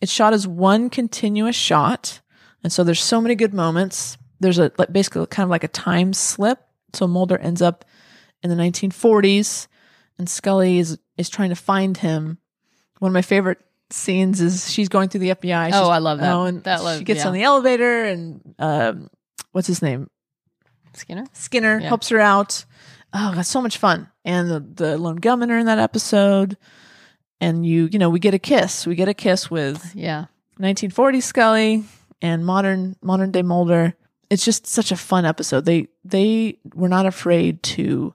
[SPEAKER 2] it's shot as one continuous shot, and so there's so many good moments. There's a like basically kind of like a time slip. So Mulder ends up in the 1940s, and Scully is is trying to find him. One of my favorite scenes is she's going through the FBI. She's-
[SPEAKER 3] Oh, I love that.
[SPEAKER 2] oh, and
[SPEAKER 3] That was-
[SPEAKER 2] she gets
[SPEAKER 3] yeah.
[SPEAKER 2] on the elevator, and um, what's his name?
[SPEAKER 3] Skinner.
[SPEAKER 2] Skinner
[SPEAKER 3] Yeah.
[SPEAKER 2] helps her out. Oh, that's so much fun. And the, the lone gunman are in that episode. And you, you know, we get a kiss. We get a kiss with
[SPEAKER 3] Yeah.
[SPEAKER 2] 1940 Scully and modern modern day Mulder. It's just such a fun episode. They they were not afraid to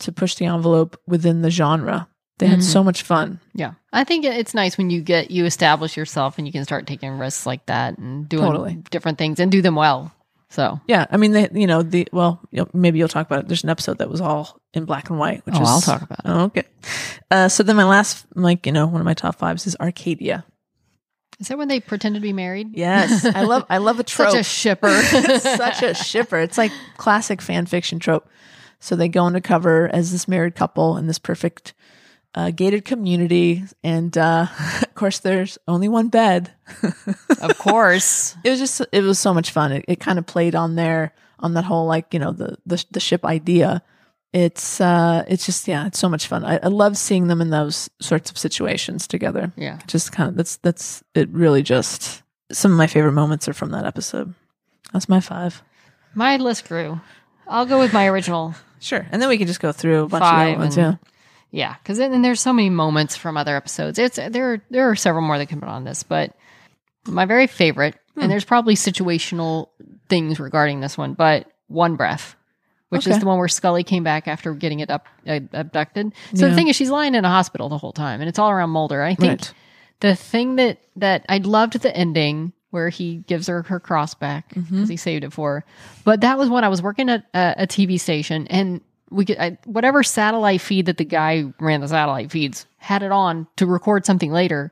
[SPEAKER 2] to push the envelope within the genre. They had
[SPEAKER 3] Mhm.
[SPEAKER 2] so much fun.
[SPEAKER 3] Yeah. I think it- it's nice when you get you establish yourself and you can start taking risks like that and doing
[SPEAKER 2] Totally.
[SPEAKER 3] different things and do them well. So
[SPEAKER 2] Yeah, I mean, they, you know, the well, you know, maybe you'll talk about it. There's an episode that was all in black and white, which
[SPEAKER 3] Oh,
[SPEAKER 2] is
[SPEAKER 3] I'll talk about it.
[SPEAKER 2] Oh, okay. Uh, so then my last, like, you know, one of my top fives is Arcadia.
[SPEAKER 3] is that when they pretended to be married?
[SPEAKER 2] Yes, I love, I love a trope.
[SPEAKER 3] Such a shipper.
[SPEAKER 2] It's such a shipper. It's like classic fan fiction trope. So they go undercover as this married couple in this perfect uh, gated community, and uh, of course, there's only one bed.
[SPEAKER 3] of course.
[SPEAKER 2] it was just it was so much fun. It, it kind of played on there on that whole like you know the the, the ship idea. It's uh it's just yeah it's so much fun. I, I love seeing them in those sorts of situations together.
[SPEAKER 3] Yeah.
[SPEAKER 2] Just kind of that's that's it. Really just some of my favorite moments are from that episode. That's my five.
[SPEAKER 3] My list grew. I'll go with my original.
[SPEAKER 2] Sure, and then we can just go through a bunch of
[SPEAKER 3] Five
[SPEAKER 2] the ones.
[SPEAKER 3] and-
[SPEAKER 2] Yeah,
[SPEAKER 3] Yeah, because then and there's so many moments from other episodes. It's there. There are several more that can put on this, but my very favorite,
[SPEAKER 2] Hmm.
[SPEAKER 3] and there's probably situational things regarding this one, but one breath, which is
[SPEAKER 2] Okay.
[SPEAKER 3] the one where Scully came back after getting it up, uh, abducted. So
[SPEAKER 2] Yeah.
[SPEAKER 3] the thing is, she's lying in a hospital the whole time, and it's all around Mulder. I think
[SPEAKER 2] Right.
[SPEAKER 3] the thing that that I loved the ending where he gives her her cross back because
[SPEAKER 2] Mm-hmm.
[SPEAKER 3] he saved it for her. But that was when I was working at a, a TV station and we could I, whatever satellite feed that the guy who ran the satellite feeds had it on to record something later.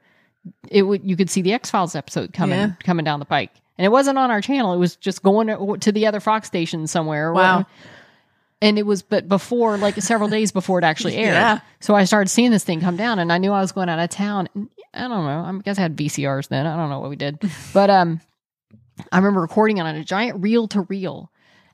[SPEAKER 3] It would you could see the X Files episode coming
[SPEAKER 2] Yeah.
[SPEAKER 3] coming down the pike, and it wasn't on our channel. It was just going to, to the other Fox station somewhere. or
[SPEAKER 2] Wow.
[SPEAKER 3] whatever. And it was, but before, like several days before it actually aired.
[SPEAKER 2] Yeah.
[SPEAKER 3] So I started seeing this thing come down, and I knew I was going out of town. And I don't know. I guess I had VCRs then. I don't know what we did, but um, I remember recording it on a giant reel to reel,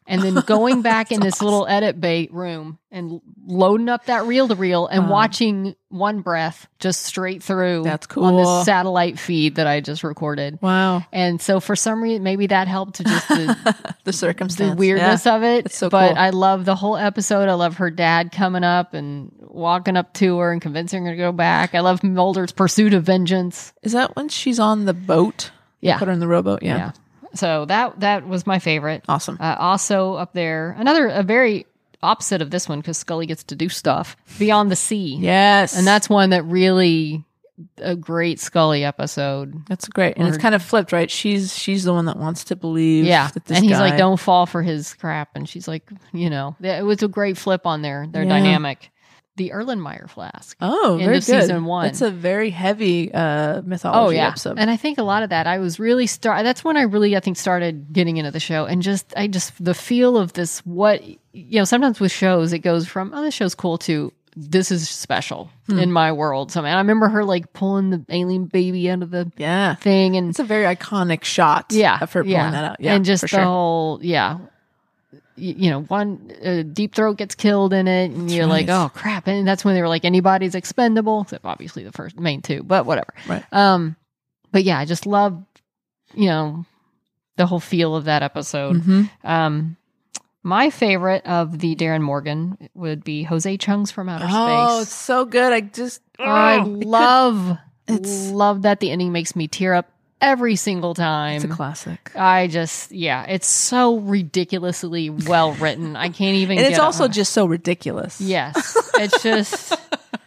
[SPEAKER 3] and then going back in this little edit bay room and l- loading up that reel to reel and
[SPEAKER 2] Wow.
[SPEAKER 3] watching one breath just straight through.
[SPEAKER 2] Uh-huh. That's
[SPEAKER 3] on
[SPEAKER 2] cool.
[SPEAKER 3] this satellite feed that I just recorded.
[SPEAKER 2] wow.
[SPEAKER 3] And so for some reason, maybe that helped to just the,
[SPEAKER 2] The circumstance,
[SPEAKER 3] the weirdness of it.
[SPEAKER 2] It's so
[SPEAKER 3] but
[SPEAKER 2] cool.
[SPEAKER 3] I love the whole episode. I love her dad coming up and walking up to her and convincing her to go back. I love Mulder's pursuit of vengeance.
[SPEAKER 2] Yeah. Is that when she's on the boat? They
[SPEAKER 3] Yeah.
[SPEAKER 2] put her in the rowboat. Yeah,
[SPEAKER 3] Yeah. So that that was my favorite.
[SPEAKER 2] awesome.
[SPEAKER 3] Uh, also up there, another a very opposite of this one because Scully gets to do stuff beyond the sea.
[SPEAKER 2] yes,
[SPEAKER 3] And that's one that really a great Scully episode.
[SPEAKER 2] That's great, and it's
[SPEAKER 3] Or-
[SPEAKER 2] kind of flipped, right? She's she's the one that wants to believe,
[SPEAKER 3] Yeah,
[SPEAKER 2] That this
[SPEAKER 3] and he's
[SPEAKER 2] guy-
[SPEAKER 3] like, "Don't fall for his crap," and she's like, "You know, yeah, it was a great flip on their their
[SPEAKER 2] Yeah.
[SPEAKER 3] dynamic." The Erlenmeyer flask.
[SPEAKER 2] Oh,
[SPEAKER 3] end
[SPEAKER 2] very
[SPEAKER 3] of
[SPEAKER 2] good.
[SPEAKER 3] season one.
[SPEAKER 2] It's a very heavy uh, mythology episode.
[SPEAKER 3] Oh, and I think a lot of that I was really start. That's when I really I think started getting into the show and just I just the feel of this. What you know, sometimes with shows it goes from oh this show's cool to this is special in my world. So, man, I remember her like pulling the alien baby out of the
[SPEAKER 2] Yeah.
[SPEAKER 3] thing and
[SPEAKER 2] It's a very iconic shot
[SPEAKER 3] yeah,
[SPEAKER 2] of her pulling
[SPEAKER 3] yeah.
[SPEAKER 2] that out. Yeah.
[SPEAKER 3] and just
[SPEAKER 2] for
[SPEAKER 3] the
[SPEAKER 2] sure.
[SPEAKER 3] whole yeah. Y- You know, one uh, deep throat gets killed in it, and you're like,
[SPEAKER 2] right.
[SPEAKER 3] "Oh crap!" And that's when they were like, "Anybody's expendable," except obviously the first main two, but whatever.
[SPEAKER 2] Right.
[SPEAKER 3] Um, but yeah, I just love, you know, the whole feel of that episode.
[SPEAKER 2] Mhm.
[SPEAKER 3] Um, my favorite of the Darren Morgan would be Jose Chung's from Outer
[SPEAKER 2] Oh, it's
[SPEAKER 3] Space.
[SPEAKER 2] so good. I just
[SPEAKER 3] I
[SPEAKER 2] oh, it could-
[SPEAKER 3] love,
[SPEAKER 2] It's-
[SPEAKER 3] love that the ending makes me tear up every single time.
[SPEAKER 2] It's a classic.
[SPEAKER 3] I just, yeah, it's so ridiculously well written. I can't even.
[SPEAKER 2] And it's
[SPEAKER 3] get
[SPEAKER 2] also
[SPEAKER 3] a-
[SPEAKER 2] just so ridiculous.
[SPEAKER 3] yes, it's just.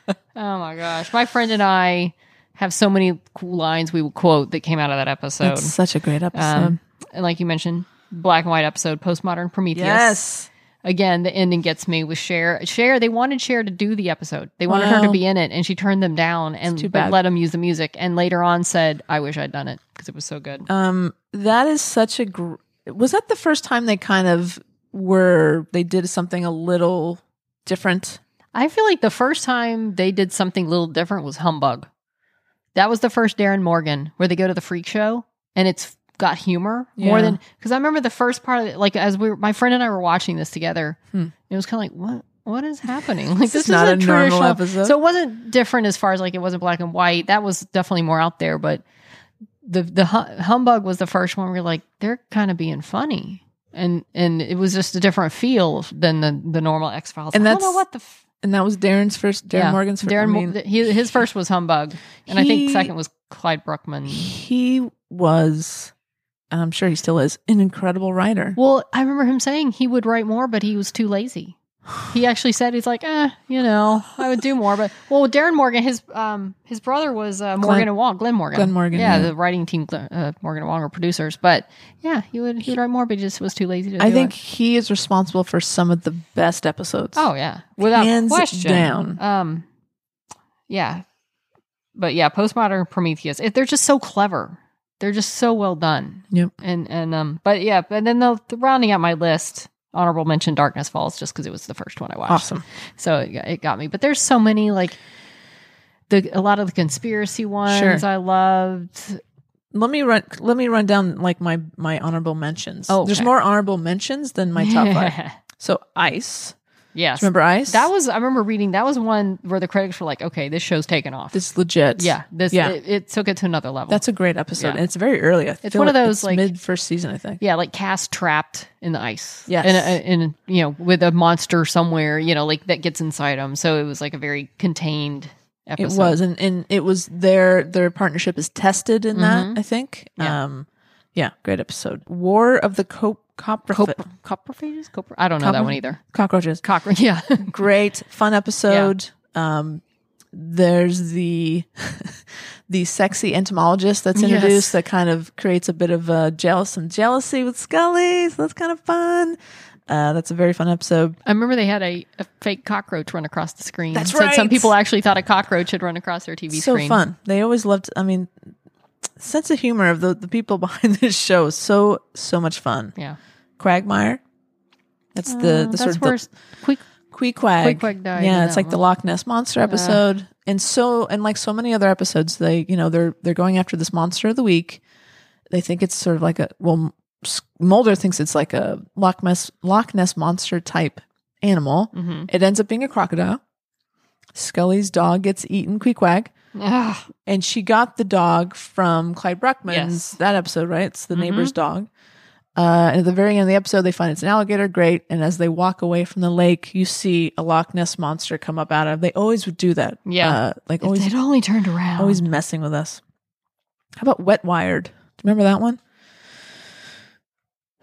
[SPEAKER 3] oh my gosh, my friend and I have so many cool lines we will quote that came out of that episode.
[SPEAKER 2] It's such a great episode.
[SPEAKER 3] Um, and like you mentioned, black and white episode, postmodern Prometheus.
[SPEAKER 2] yes.
[SPEAKER 3] Again, the ending gets me with Cher. Cher, they wanted Cher to do the episode. They wanted her to
[SPEAKER 2] Wow.
[SPEAKER 3] be in it, and she turned them down and
[SPEAKER 2] too
[SPEAKER 3] but
[SPEAKER 2] bad.
[SPEAKER 3] let them use the music. And later on, said, "I wish I'd done it because it was so good."
[SPEAKER 2] Um, that is such a. Gr- was that the first time they kind of were? They did something a little different.
[SPEAKER 3] I feel like the first time they did something a little different was Humbug. That was the first Darren Morgan where they go to the freak show and it's got humor more
[SPEAKER 2] Yeah.
[SPEAKER 3] than because I remember the first part of it, like as we were, my friend and I were watching this together,
[SPEAKER 2] Hmm.
[SPEAKER 3] it was kind of like what what is happening? Like this,
[SPEAKER 2] is
[SPEAKER 3] is
[SPEAKER 2] not
[SPEAKER 3] a,
[SPEAKER 2] a normal
[SPEAKER 3] traditional
[SPEAKER 2] episode.
[SPEAKER 3] So it wasn't different as far as like it wasn't black and white. That was definitely more out there, but the the hu- humbug was the first one where you're like they're kind of being funny. And and it was just a different feel than the, the normal X Files.
[SPEAKER 2] And
[SPEAKER 3] I don't know
[SPEAKER 2] that's-
[SPEAKER 3] what the f-
[SPEAKER 2] And that was Darren's first. Darren
[SPEAKER 3] yeah.
[SPEAKER 2] Morgan's first.
[SPEAKER 3] Darren,
[SPEAKER 2] I
[SPEAKER 3] Mo-
[SPEAKER 2] mean,
[SPEAKER 3] th- he- his first was Humbug, and I think
[SPEAKER 2] He-
[SPEAKER 3] second was Clyde Bruckman.
[SPEAKER 2] he was, and I'm sure he still is, an incredible writer.
[SPEAKER 3] Well, I remember him saying he would write more, but he was too lazy. He actually said he's like, eh, you know, I would do more, but well, with Darren Morgan, his um his brother was uh, Morgan
[SPEAKER 2] Glenn-
[SPEAKER 3] and Wong, Glenn Morgan,
[SPEAKER 2] Glenn Morgan,
[SPEAKER 3] yeah,
[SPEAKER 2] yeah.
[SPEAKER 3] the writing team, Glenn- uh, Morgan and Wong, are producers, but yeah, he would he would write more, but he just was too lazy to.
[SPEAKER 2] I
[SPEAKER 3] do
[SPEAKER 2] think
[SPEAKER 3] it.
[SPEAKER 2] he is responsible for some of the best episodes.
[SPEAKER 3] Oh yeah, without
[SPEAKER 2] Hands
[SPEAKER 3] question.
[SPEAKER 2] down.
[SPEAKER 3] Um, yeah, but yeah, postmodern Prometheus. It, they're just so clever. They're just so well done.
[SPEAKER 2] Yep.
[SPEAKER 3] And and um, but yeah, and then the, the rounding out my list, honorable mention, Darkness Falls, just because it was the first one I watched.
[SPEAKER 2] awesome.
[SPEAKER 3] So it, got- it got me. But there's so many like the a lot of the conspiracy ones
[SPEAKER 2] Sure.
[SPEAKER 3] I loved.
[SPEAKER 2] Let me run. Let me run down like my my honorable mentions.
[SPEAKER 3] Oh,
[SPEAKER 2] there's
[SPEAKER 3] okay.
[SPEAKER 2] more honorable mentions than my top five. So Ice.
[SPEAKER 3] yes.
[SPEAKER 2] Remember Ice?
[SPEAKER 3] That was I remember reading that was one where the critics were like, okay, this show's taken off.
[SPEAKER 2] this is legit.
[SPEAKER 3] yeah, this
[SPEAKER 2] Yeah.
[SPEAKER 3] It, it took it to another level.
[SPEAKER 2] That's a great episode.
[SPEAKER 3] Yeah.
[SPEAKER 2] And it's very early. I
[SPEAKER 3] It's
[SPEAKER 2] feel
[SPEAKER 3] one of those,
[SPEAKER 2] it's
[SPEAKER 3] like-
[SPEAKER 2] mid first season, I think.
[SPEAKER 3] Yeah, like cast trapped in the ice.
[SPEAKER 2] Yes.
[SPEAKER 3] and in, you know with a monster somewhere, you know, like that gets inside him. So it was like a very contained
[SPEAKER 2] It
[SPEAKER 3] episode.
[SPEAKER 2] was, and, and it was their their partnership is tested in that. I think.
[SPEAKER 3] Mm-hmm. Yeah.
[SPEAKER 2] Um, yeah, great episode. War of the Cop Copper
[SPEAKER 3] Cop- coprophages. Copro- I don't know that
[SPEAKER 2] Copro-
[SPEAKER 3] one either.
[SPEAKER 2] cockroaches.
[SPEAKER 3] Cockroach. Yeah.
[SPEAKER 2] Great fun episode. Um, there's the the sexy entomologist that's
[SPEAKER 3] Yes.
[SPEAKER 2] introduced that kind of creates a bit of uh, jealous some jealousy with Scully. So that's kind of fun. Uh, that's a very fun episode.
[SPEAKER 3] I remember they had a, a fake cockroach run across the screen.
[SPEAKER 2] That's
[SPEAKER 3] Said Some
[SPEAKER 2] right.
[SPEAKER 3] people actually thought a cockroach had run across their TV
[SPEAKER 2] so
[SPEAKER 3] screen.
[SPEAKER 2] fun. They always loved. I mean, sense of humor of the the people behind this show is so so much fun.
[SPEAKER 3] Yeah.
[SPEAKER 2] Quagmire. That's the the
[SPEAKER 3] Uh, That's
[SPEAKER 2] sort of
[SPEAKER 3] where
[SPEAKER 2] the
[SPEAKER 3] s- quick.
[SPEAKER 2] Queequeg.
[SPEAKER 3] Queequeg died in
[SPEAKER 2] Yeah, it's
[SPEAKER 3] that
[SPEAKER 2] like the
[SPEAKER 3] one.
[SPEAKER 2] Loch Ness monster episode, and so and like so many other episodes, they you know they're they're going after this monster of the week. They think it's sort of like a well, S- Mulder thinks it's like a Loch Ness Loch Ness monster type animal.
[SPEAKER 3] Mhm.
[SPEAKER 2] It ends up being a crocodile. Scully's dog gets eaten, Queequeg.
[SPEAKER 3] Ah,
[SPEAKER 2] And she got the dog from Clyde Bruckman's
[SPEAKER 3] Yes. Mm-hmm.
[SPEAKER 2] that episode, right? It's the neighbor's dog. Uh, and at the very end of the episode, they find it's an alligator. Great. And as they walk away from the lake, you see a Loch Ness monster come up out of. They always would do that.
[SPEAKER 3] Yeah.
[SPEAKER 2] Uh, like always,
[SPEAKER 3] they'd only turned around.
[SPEAKER 2] always messing with us. How about Wet Wired? Do you remember that one?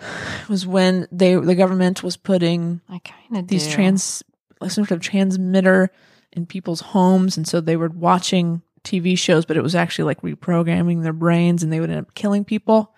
[SPEAKER 2] It was when they the government was putting
[SPEAKER 3] I kind of
[SPEAKER 2] these trans like some sort of transmitter in people's homes and so they were watching tv shows but it was actually like reprogramming their brains and they would end up killing people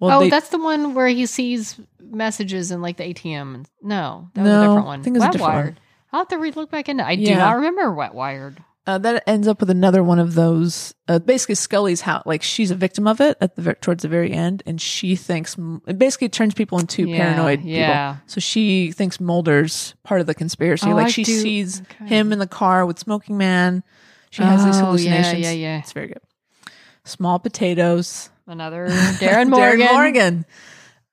[SPEAKER 2] well
[SPEAKER 3] oh,
[SPEAKER 2] they,
[SPEAKER 3] that's the one where he sees messages in like the ATM. and- No, that was
[SPEAKER 2] No,
[SPEAKER 3] a different one.
[SPEAKER 2] I think it was a
[SPEAKER 3] Wet
[SPEAKER 2] different
[SPEAKER 3] Wired.
[SPEAKER 2] one.
[SPEAKER 3] I'll have to re- look back into. I do
[SPEAKER 2] Yeah.
[SPEAKER 3] not remember Wet Wired.
[SPEAKER 2] uh, that ends up with another one of those. Uh, basically, Scully's how like she's a victim of it at the ver- towards the very end, and she thinks m- it basically turns people into
[SPEAKER 3] Yeah,
[SPEAKER 2] paranoid
[SPEAKER 3] yeah.
[SPEAKER 2] people. So she thinks Mulder's part of the conspiracy.
[SPEAKER 3] Oh,
[SPEAKER 2] like
[SPEAKER 3] I
[SPEAKER 2] she
[SPEAKER 3] do-
[SPEAKER 2] sees
[SPEAKER 3] okay.
[SPEAKER 2] him in the car with Smoking Man. She has these
[SPEAKER 3] Oh, yeah,
[SPEAKER 2] hallucinations.
[SPEAKER 3] yeah, yeah.
[SPEAKER 2] It's very good. Small potatoes.
[SPEAKER 3] Another Darren Morgan.
[SPEAKER 2] Darren Morgan.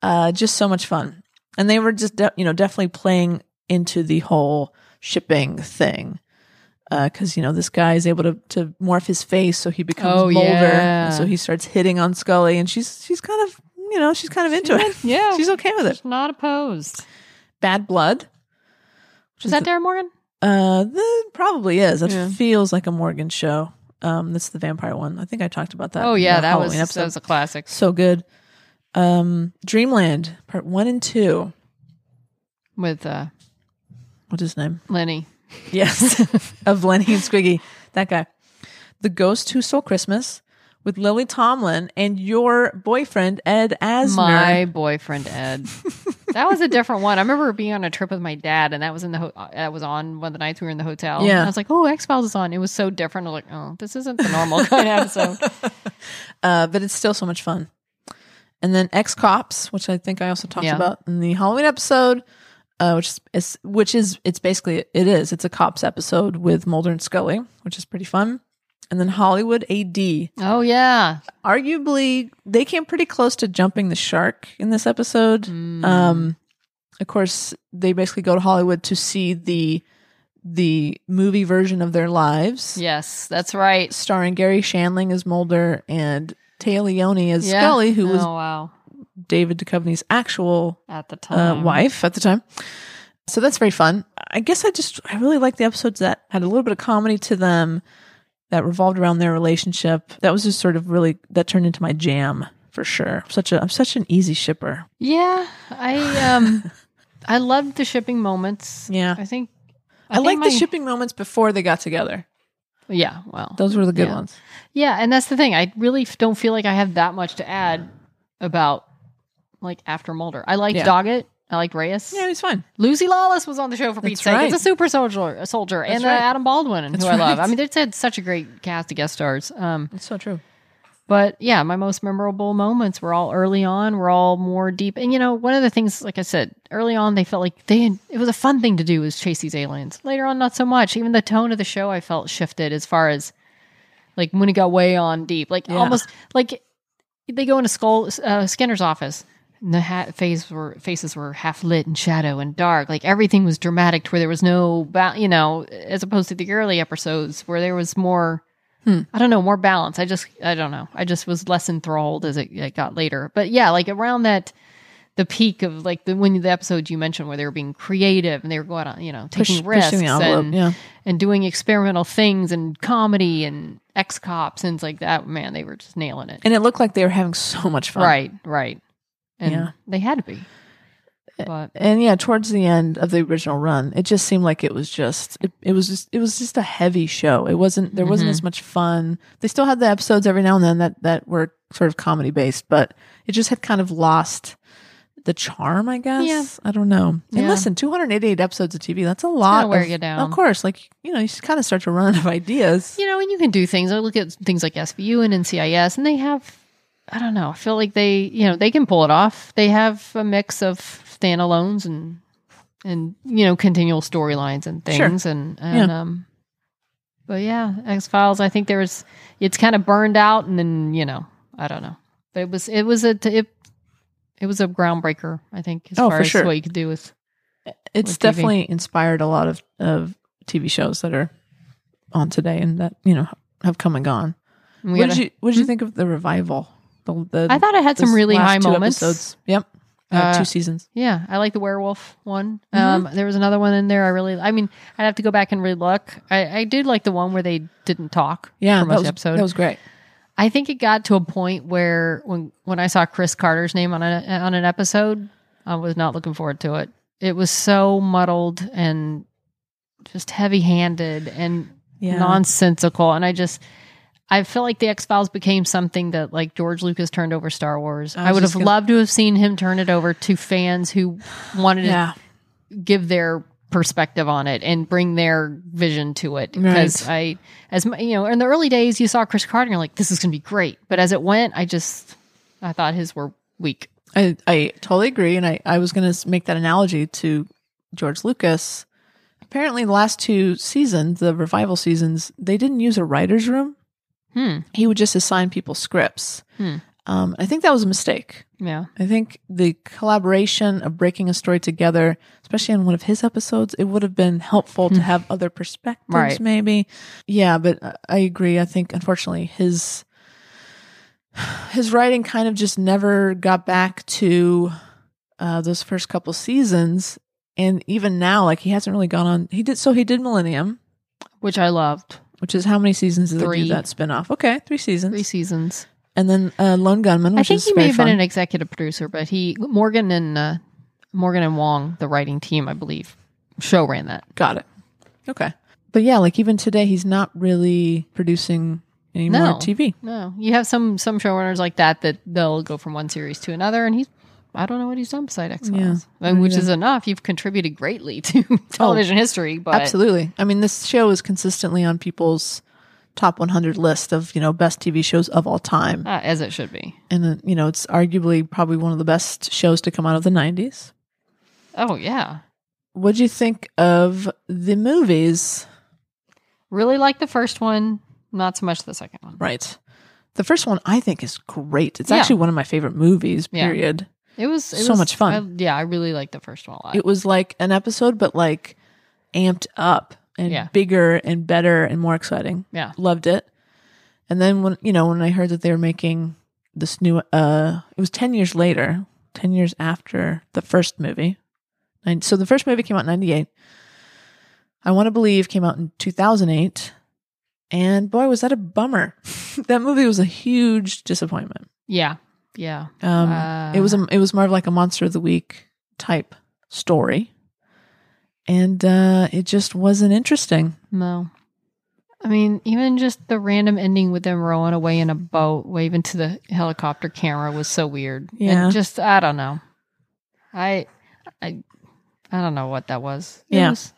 [SPEAKER 2] Uh, just so much fun. And they were just, de- you know, definitely playing into the whole shipping thing. Because, you know, this guy is able to, to morph his face so he becomes
[SPEAKER 3] Oh,
[SPEAKER 2] Mulder.
[SPEAKER 3] yeah.
[SPEAKER 2] So he starts hitting on Scully and she's she's kind of, you know, she's kind of into it.
[SPEAKER 3] Yeah.
[SPEAKER 2] she's okay with it.
[SPEAKER 3] Just not opposed.
[SPEAKER 2] Bad Blood.
[SPEAKER 3] Is that Darren Morgan?
[SPEAKER 2] Uh, that probably is. That
[SPEAKER 3] Yeah.
[SPEAKER 2] feels like a Morgan show. Um, that's the vampire one. I think I talked about that.
[SPEAKER 3] Oh
[SPEAKER 2] in
[SPEAKER 3] yeah,
[SPEAKER 2] the
[SPEAKER 3] that
[SPEAKER 2] Uh, Halloween
[SPEAKER 3] was
[SPEAKER 2] episode.
[SPEAKER 3] that was a classic.
[SPEAKER 2] So good. Um, Dreamland, part one and two.
[SPEAKER 3] with uh,
[SPEAKER 2] What's his name?
[SPEAKER 3] Lenny.
[SPEAKER 2] Yes. of Lenny and Squiggy. That guy. The Ghost Who Stole Christmas with Lily Tomlin and your boyfriend, Ed Asner.
[SPEAKER 3] My boyfriend Ed. that was a different one. I remember being on a trip with my dad, and that was in the ho- uh, that was on one of the nights we were in the hotel.
[SPEAKER 2] Yeah.
[SPEAKER 3] And I was like, "Oh, X Files is on." It was so different. I was like, "Oh, this isn't the normal kind of episode."
[SPEAKER 2] Uh, but it's still so much fun. And then X Cops, which I think I also talked
[SPEAKER 3] Yeah.
[SPEAKER 2] about in the Halloween episode, uh, which is- is which is it's basically it is it's a cops episode with Mulder and Scully, which is pretty fun. And then Hollywood AD,
[SPEAKER 3] Oh yeah,
[SPEAKER 2] arguably they came pretty close to jumping the shark in this episode.
[SPEAKER 3] Mm.
[SPEAKER 2] Um, of course, they basically go to Hollywood to see the the movie version of their lives,
[SPEAKER 3] yes, that's right.
[SPEAKER 2] starring Gary Shandling as Mulder and Taya Leone as
[SPEAKER 3] Yeah.
[SPEAKER 2] Scully, who
[SPEAKER 3] oh
[SPEAKER 2] was
[SPEAKER 3] wow
[SPEAKER 2] David Duchovny's actual
[SPEAKER 3] at the
[SPEAKER 2] uh,
[SPEAKER 3] time
[SPEAKER 2] wife at the time. So that's very fun. I guess I just I really liked the episodes that had a little bit of comedy to them that revolved around their relationship. That was just sort of really that turned into my jam for sure. I'm such a I'm such an easy shipper.
[SPEAKER 3] Yeah, I um, I loved the shipping moments.
[SPEAKER 2] Yeah.
[SPEAKER 3] I think
[SPEAKER 2] I, like
[SPEAKER 3] think
[SPEAKER 2] the
[SPEAKER 3] my-
[SPEAKER 2] shipping moments before they got together.
[SPEAKER 3] Yeah, well,
[SPEAKER 2] Those were the good
[SPEAKER 3] Yeah.
[SPEAKER 2] ones.
[SPEAKER 3] Yeah, and that's the thing. I really f- don't feel like I have that much to add about like after Mulder. I liked
[SPEAKER 2] Yeah.
[SPEAKER 3] Doggett. I liked Reyes.
[SPEAKER 2] Yeah, it was fun.
[SPEAKER 3] Lucy Lawless was on the show for Pete's sake.
[SPEAKER 2] right.
[SPEAKER 3] It's a super soldier, a soldier, and uh,
[SPEAKER 2] right.
[SPEAKER 3] Adam Baldwin,
[SPEAKER 2] That's
[SPEAKER 3] who I love.
[SPEAKER 2] right.
[SPEAKER 3] I mean, they had such a great cast of guest stars. Um,
[SPEAKER 2] It's so true.
[SPEAKER 3] but yeah, my most memorable moments were all early on. Were all more deep, and you know, one of the things, like I said early on, they felt like they had, it was a fun thing to do was chase these aliens. Later on, not so much. Even the tone of the show, I felt shifted as far as like when it got way on deep, like
[SPEAKER 2] Yeah.
[SPEAKER 3] almost like they go into Skull uh, Skinner's office. And the ha- face were faces were half lit and shadow and dark. Like everything was dramatic, to where there was no, ba- you know, as opposed to the early episodes where there was more.
[SPEAKER 2] Hmm.
[SPEAKER 3] I don't know, more balance. I just, I don't know. I just was less enthralled as it, it got later. But yeah, like around that, the peak of like the when the episodes you mentioned where they were being creative and they were going on, you know, taking
[SPEAKER 2] Push-
[SPEAKER 3] risks
[SPEAKER 2] pushing the envelope,
[SPEAKER 3] and,
[SPEAKER 2] yeah.
[SPEAKER 3] and doing experimental things and comedy and ex cops and things like that. Man, they were just nailing it.
[SPEAKER 2] And it looked like they were having so much fun.
[SPEAKER 3] Right, right. And
[SPEAKER 2] Yeah. Eh,
[SPEAKER 3] they had to be. But
[SPEAKER 2] And yeah, towards the end of the original run, it just seemed like it was just it, it was just it was just a heavy show. It wasn't there
[SPEAKER 3] Mm-hmm.
[SPEAKER 2] wasn't as much fun. They still had the episodes every now and then that that were sort of comedy based, but it just had kind of lost the charm, I guess. I don't know. And
[SPEAKER 3] Yeah.
[SPEAKER 2] listen, 288 episodes of TV, that's a lot.
[SPEAKER 3] wear
[SPEAKER 2] of,
[SPEAKER 3] you down.
[SPEAKER 2] Of course, like you know, you just kind of start to run out of ideas.
[SPEAKER 3] you know, and you can do things. I look at things like SVU and NCIS, and they have, I don't know, I feel like they, you know, they can pull it off. They have a mix of standalones and, and you know, continual storylines and
[SPEAKER 2] Sure.
[SPEAKER 3] things. And, and, um, but yeah, X Files, I think there was, it's kind of burned out, and then, you know, I don't know. But it was, it was a, it, it was a groundbreaker, I think, as
[SPEAKER 2] Oh,
[SPEAKER 3] far
[SPEAKER 2] for
[SPEAKER 3] as
[SPEAKER 2] sure.
[SPEAKER 3] what you could do with
[SPEAKER 2] It's
[SPEAKER 3] With TV.
[SPEAKER 2] definitely inspired a lot of of TV shows that are on today and that you know have come and gone.
[SPEAKER 3] and we
[SPEAKER 2] What
[SPEAKER 3] gotta-
[SPEAKER 2] did you What did you think of the revival? The, the
[SPEAKER 3] I thought it had some
[SPEAKER 2] this
[SPEAKER 3] really
[SPEAKER 2] last
[SPEAKER 3] high
[SPEAKER 2] two
[SPEAKER 3] moments.
[SPEAKER 2] Episodes. Yep, uh,
[SPEAKER 3] Uh,
[SPEAKER 2] two seasons.
[SPEAKER 3] Yeah, I like the werewolf one.
[SPEAKER 2] Mm-hmm.
[SPEAKER 3] Um, there was another one in there. I really, I mean, I'd have to go back and relook. I, I did like the one where they didn't talk.
[SPEAKER 2] Yeah,
[SPEAKER 3] for
[SPEAKER 2] that
[SPEAKER 3] most
[SPEAKER 2] was,
[SPEAKER 3] episode.
[SPEAKER 2] that was great.
[SPEAKER 3] I think it got to a point where when when I saw Chris Carter's name on a, on an episode, I was not looking forward to it. It was so muddled and just heavy handed and
[SPEAKER 2] Yeah.
[SPEAKER 3] nonsensical, and I just. I feel like the X Files became something that like George Lucas turned over Star Wars. I,
[SPEAKER 2] was
[SPEAKER 3] would
[SPEAKER 2] just
[SPEAKER 3] have
[SPEAKER 2] gonna-
[SPEAKER 3] loved to have seen him turn it over to fans who wanted to
[SPEAKER 2] Yeah,
[SPEAKER 3] give their perspective on it and bring their vision to it because I as my, you know in the early days you saw Chris Carter and you're like this is going to be great but as it went I just I thought his were weak
[SPEAKER 2] I, I totally agree. And I, I was going to make that analogy to George Lucas. Apparently, the last two seasons, the revival seasons, they didn't use a writer's room.
[SPEAKER 3] Hmm.
[SPEAKER 2] He would just assign people scripts.
[SPEAKER 3] Hmm.
[SPEAKER 2] Um, I think that was a mistake.
[SPEAKER 3] yeah
[SPEAKER 2] I think the collaboration of breaking a story together, especially in one of his episodes, it would have been helpful to have other perspectives,
[SPEAKER 3] Hmm. Right.
[SPEAKER 2] maybe. Yeah, but I- I agree. I think unfortunately his his writing kind of just never got back to uh, those first couple seasons, and even now, like he hasn't really gone on. He did so he did Millennium,
[SPEAKER 3] which I loved
[SPEAKER 2] which is how many seasons did they
[SPEAKER 3] Three.
[SPEAKER 2] do that spinoff? Okay, three seasons,
[SPEAKER 3] three seasons
[SPEAKER 2] and then uh, Lone Gunman. Which
[SPEAKER 3] I think
[SPEAKER 2] is
[SPEAKER 3] he may
[SPEAKER 2] very
[SPEAKER 3] have
[SPEAKER 2] fun.
[SPEAKER 3] been an executive producer but he Morgan and uh, Morgan and Wong the writing team I believe show ran that
[SPEAKER 2] Got it. Okay. But yeah, like even today, he's not really producing any
[SPEAKER 3] No.
[SPEAKER 2] more TV.
[SPEAKER 3] No, you have some some showrunners like that that they'll go from one series to another, and he's I don't know what he's done beside X Files, and which is enough. You've contributed greatly to
[SPEAKER 2] Oh,
[SPEAKER 3] television history, but
[SPEAKER 2] Absolutely. I mean, this show is consistently on people's top 100 list of, you know, best TV shows of all time.
[SPEAKER 3] uh, as it should be.
[SPEAKER 2] And, uh, you know, it's arguably probably one of the best shows to come out of the 90s.
[SPEAKER 3] Oh yeah,
[SPEAKER 2] What'd you think of the movies?
[SPEAKER 3] really like the first one, not so much the second one.
[SPEAKER 2] Right. The first one I think is great. It's
[SPEAKER 3] Yeah.
[SPEAKER 2] actually one of my favorite movies,
[SPEAKER 3] Yeah.
[SPEAKER 2] period.
[SPEAKER 3] It was it
[SPEAKER 2] So
[SPEAKER 3] was-
[SPEAKER 2] much fun.
[SPEAKER 3] I- yeah, I really liked the first one a lot.
[SPEAKER 2] it was like an episode but like amped up and
[SPEAKER 3] Yeah.
[SPEAKER 2] bigger and better and more exciting
[SPEAKER 3] Yeah.
[SPEAKER 2] loved it and then when you know when i heard that they were making this new uh it was 10 years later 10 years after the first movie and so the first movie came out in 98 i want to believe came out in 2008 and boy was that a bummer that movie was a huge disappointment
[SPEAKER 3] yeah, yeah,
[SPEAKER 2] um,
[SPEAKER 3] Uh.
[SPEAKER 2] it was a, it was more of like a monster of the week type story, and uh, it just wasn't interesting.
[SPEAKER 3] no. I mean, even just the random ending with them rowing away in a boat, waving to the helicopter camera was so weird.
[SPEAKER 2] Yeah.
[SPEAKER 3] And just I don't know. I I I don't know what that was. It
[SPEAKER 2] Yeah.
[SPEAKER 3] was-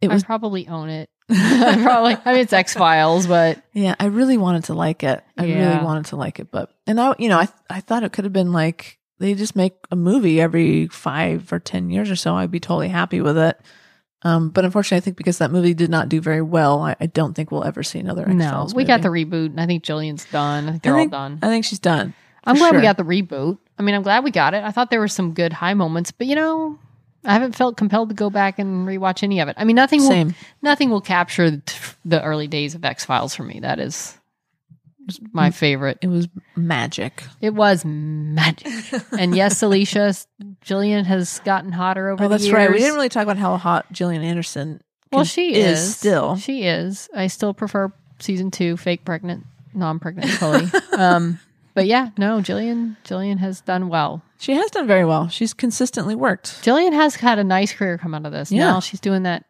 [SPEAKER 2] It was
[SPEAKER 3] I probably own it. I probably I mean it's X Files, but
[SPEAKER 2] yeah, I really wanted to like it. I
[SPEAKER 3] Yeah.
[SPEAKER 2] really wanted to like it, but and I you know I I thought it could have been like they just make a movie every five or ten years or so. I'd be totally happy with it. Um, but unfortunately, I think because that movie did not do very well, I, I don't think we'll ever see another.
[SPEAKER 3] no.
[SPEAKER 2] X-Files
[SPEAKER 3] We got
[SPEAKER 2] movie.
[SPEAKER 3] the reboot and I think Jillian's done. I think they're
[SPEAKER 2] I think,
[SPEAKER 3] all done.
[SPEAKER 2] I think she's done.
[SPEAKER 3] I'm
[SPEAKER 2] for
[SPEAKER 3] glad
[SPEAKER 2] sure.
[SPEAKER 3] we got the reboot. I mean I'm glad we got it. I thought there were some good high moments, but you know, I haven't felt compelled to go back and rewatch any of it. I mean nothing will
[SPEAKER 2] Same.
[SPEAKER 3] nothing will capture the- the early days of X Files for me. That is
[SPEAKER 2] Mm.
[SPEAKER 3] my favorite.
[SPEAKER 2] It was magic.
[SPEAKER 3] It was magic. and yes, Alicia, Jillian has gotten hotter over
[SPEAKER 2] Oh,
[SPEAKER 3] the
[SPEAKER 2] that's
[SPEAKER 3] years.
[SPEAKER 2] right. We didn't really talk about how hot Gillian Anderson.
[SPEAKER 3] Well,
[SPEAKER 2] can-
[SPEAKER 3] she is,
[SPEAKER 2] still.
[SPEAKER 3] She is. I still prefer season two, fake pregnant, non-pregnant Chloe. um, but yeah, no, Jillian. Jillian has done well.
[SPEAKER 2] She has done very well. She's consistently worked.
[SPEAKER 3] Jillian has had a nice career come out of this.
[SPEAKER 2] Yeah.
[SPEAKER 3] Now she's doing that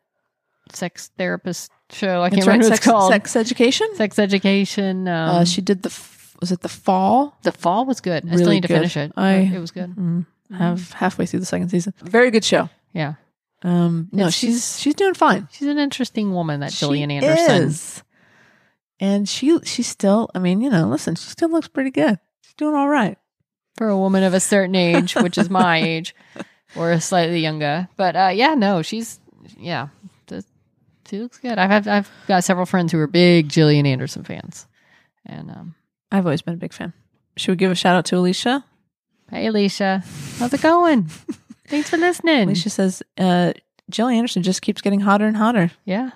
[SPEAKER 3] sex therapist show. I can't
[SPEAKER 2] That's
[SPEAKER 3] remember
[SPEAKER 2] right.
[SPEAKER 3] what
[SPEAKER 2] Sex,
[SPEAKER 3] it's called. Sex,
[SPEAKER 2] sex education.
[SPEAKER 3] education. Um,
[SPEAKER 2] uh, she did the. F- was it the fall?
[SPEAKER 3] the fall was good. I still
[SPEAKER 2] Really
[SPEAKER 3] need to
[SPEAKER 2] good.
[SPEAKER 3] finish it.
[SPEAKER 2] I-
[SPEAKER 3] it was good.
[SPEAKER 2] Mm,
[SPEAKER 3] Mm-hmm.
[SPEAKER 2] Have halfway through the second season. Very good show.
[SPEAKER 3] Yeah,
[SPEAKER 2] Um, no,
[SPEAKER 3] It's-
[SPEAKER 2] she's she's doing fine.
[SPEAKER 3] she's an interesting woman. That
[SPEAKER 2] She
[SPEAKER 3] Jillian Anderson.
[SPEAKER 2] is. And she she still. I mean, you know, listen, she still looks pretty good. She's doing all right.
[SPEAKER 3] for a woman of a certain age, which is my age, or slightly younger. But uh, yeah, no, she's yeah, th- she looks good. I've, I've I've got several friends who are big Gillian Anderson fans, and um,
[SPEAKER 2] I've always been a big fan. Should we give a shout out to Alicia?
[SPEAKER 3] hey, Alicia, how's it going? Thanks for listening.
[SPEAKER 2] Alicia says, uh, Jillian Anderson just keeps getting hotter and hotter.
[SPEAKER 3] Yeah,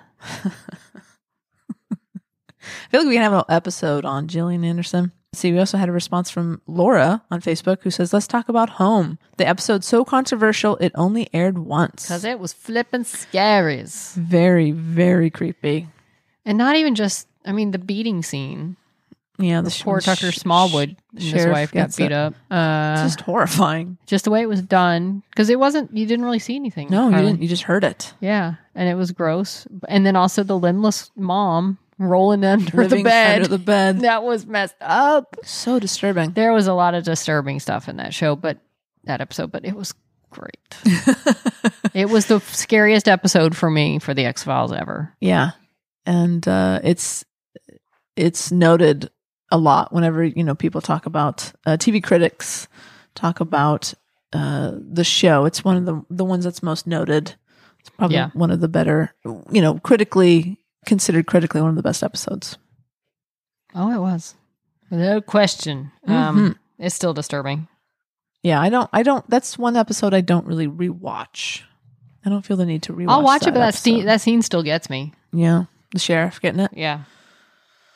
[SPEAKER 2] I feel like we can have an episode on Jillian Anderson. See, we also had a response from Laura on Facebook who says, "Let's talk about home." The episode's so controversial it only aired once.
[SPEAKER 3] because it was flipping scaries,
[SPEAKER 2] very, very creepy.
[SPEAKER 3] and not even just. I mean, the beating scene.
[SPEAKER 2] Yeah,
[SPEAKER 3] The
[SPEAKER 2] sh-
[SPEAKER 3] poor Tucker
[SPEAKER 2] sh-
[SPEAKER 3] Smallwood and his
[SPEAKER 2] sheriff
[SPEAKER 3] wife got
[SPEAKER 2] gets
[SPEAKER 3] beat
[SPEAKER 2] it.
[SPEAKER 3] up. Uh,
[SPEAKER 2] It's
[SPEAKER 3] just,
[SPEAKER 2] just horrifying.
[SPEAKER 3] the way it was done, because it wasn't. You didn't really see anything.
[SPEAKER 2] No, you
[SPEAKER 3] hardly.
[SPEAKER 2] didn't. You just heard it.
[SPEAKER 3] Yeah, and it was gross. And then also the limbless mom rolling under
[SPEAKER 2] Living
[SPEAKER 3] the bed.
[SPEAKER 2] under the bed.
[SPEAKER 3] that was messed up.
[SPEAKER 2] So disturbing.
[SPEAKER 3] There was a lot of disturbing stuff in that show, but that episode, but it was great. it was the scariest episode for me for the X Files ever.
[SPEAKER 2] Yeah. And uh, it's it's noted a lot whenever, you know, people talk about uh, TV critics talk about uh, the show. It's one of the the ones that's most noted. It's probably
[SPEAKER 3] Yeah.
[SPEAKER 2] one of the better, you know, critically considered critically one of the best episodes.
[SPEAKER 3] Oh, it was. No question. Um, it's still disturbing.
[SPEAKER 2] Yeah, I don't I don't that's one episode I don't really rewatch. I don't feel the need to rewatch.
[SPEAKER 3] I'll watch it, but that
[SPEAKER 2] episode.
[SPEAKER 3] scene, that scene still gets me.
[SPEAKER 2] Yeah. The sheriff getting it.
[SPEAKER 3] Yeah.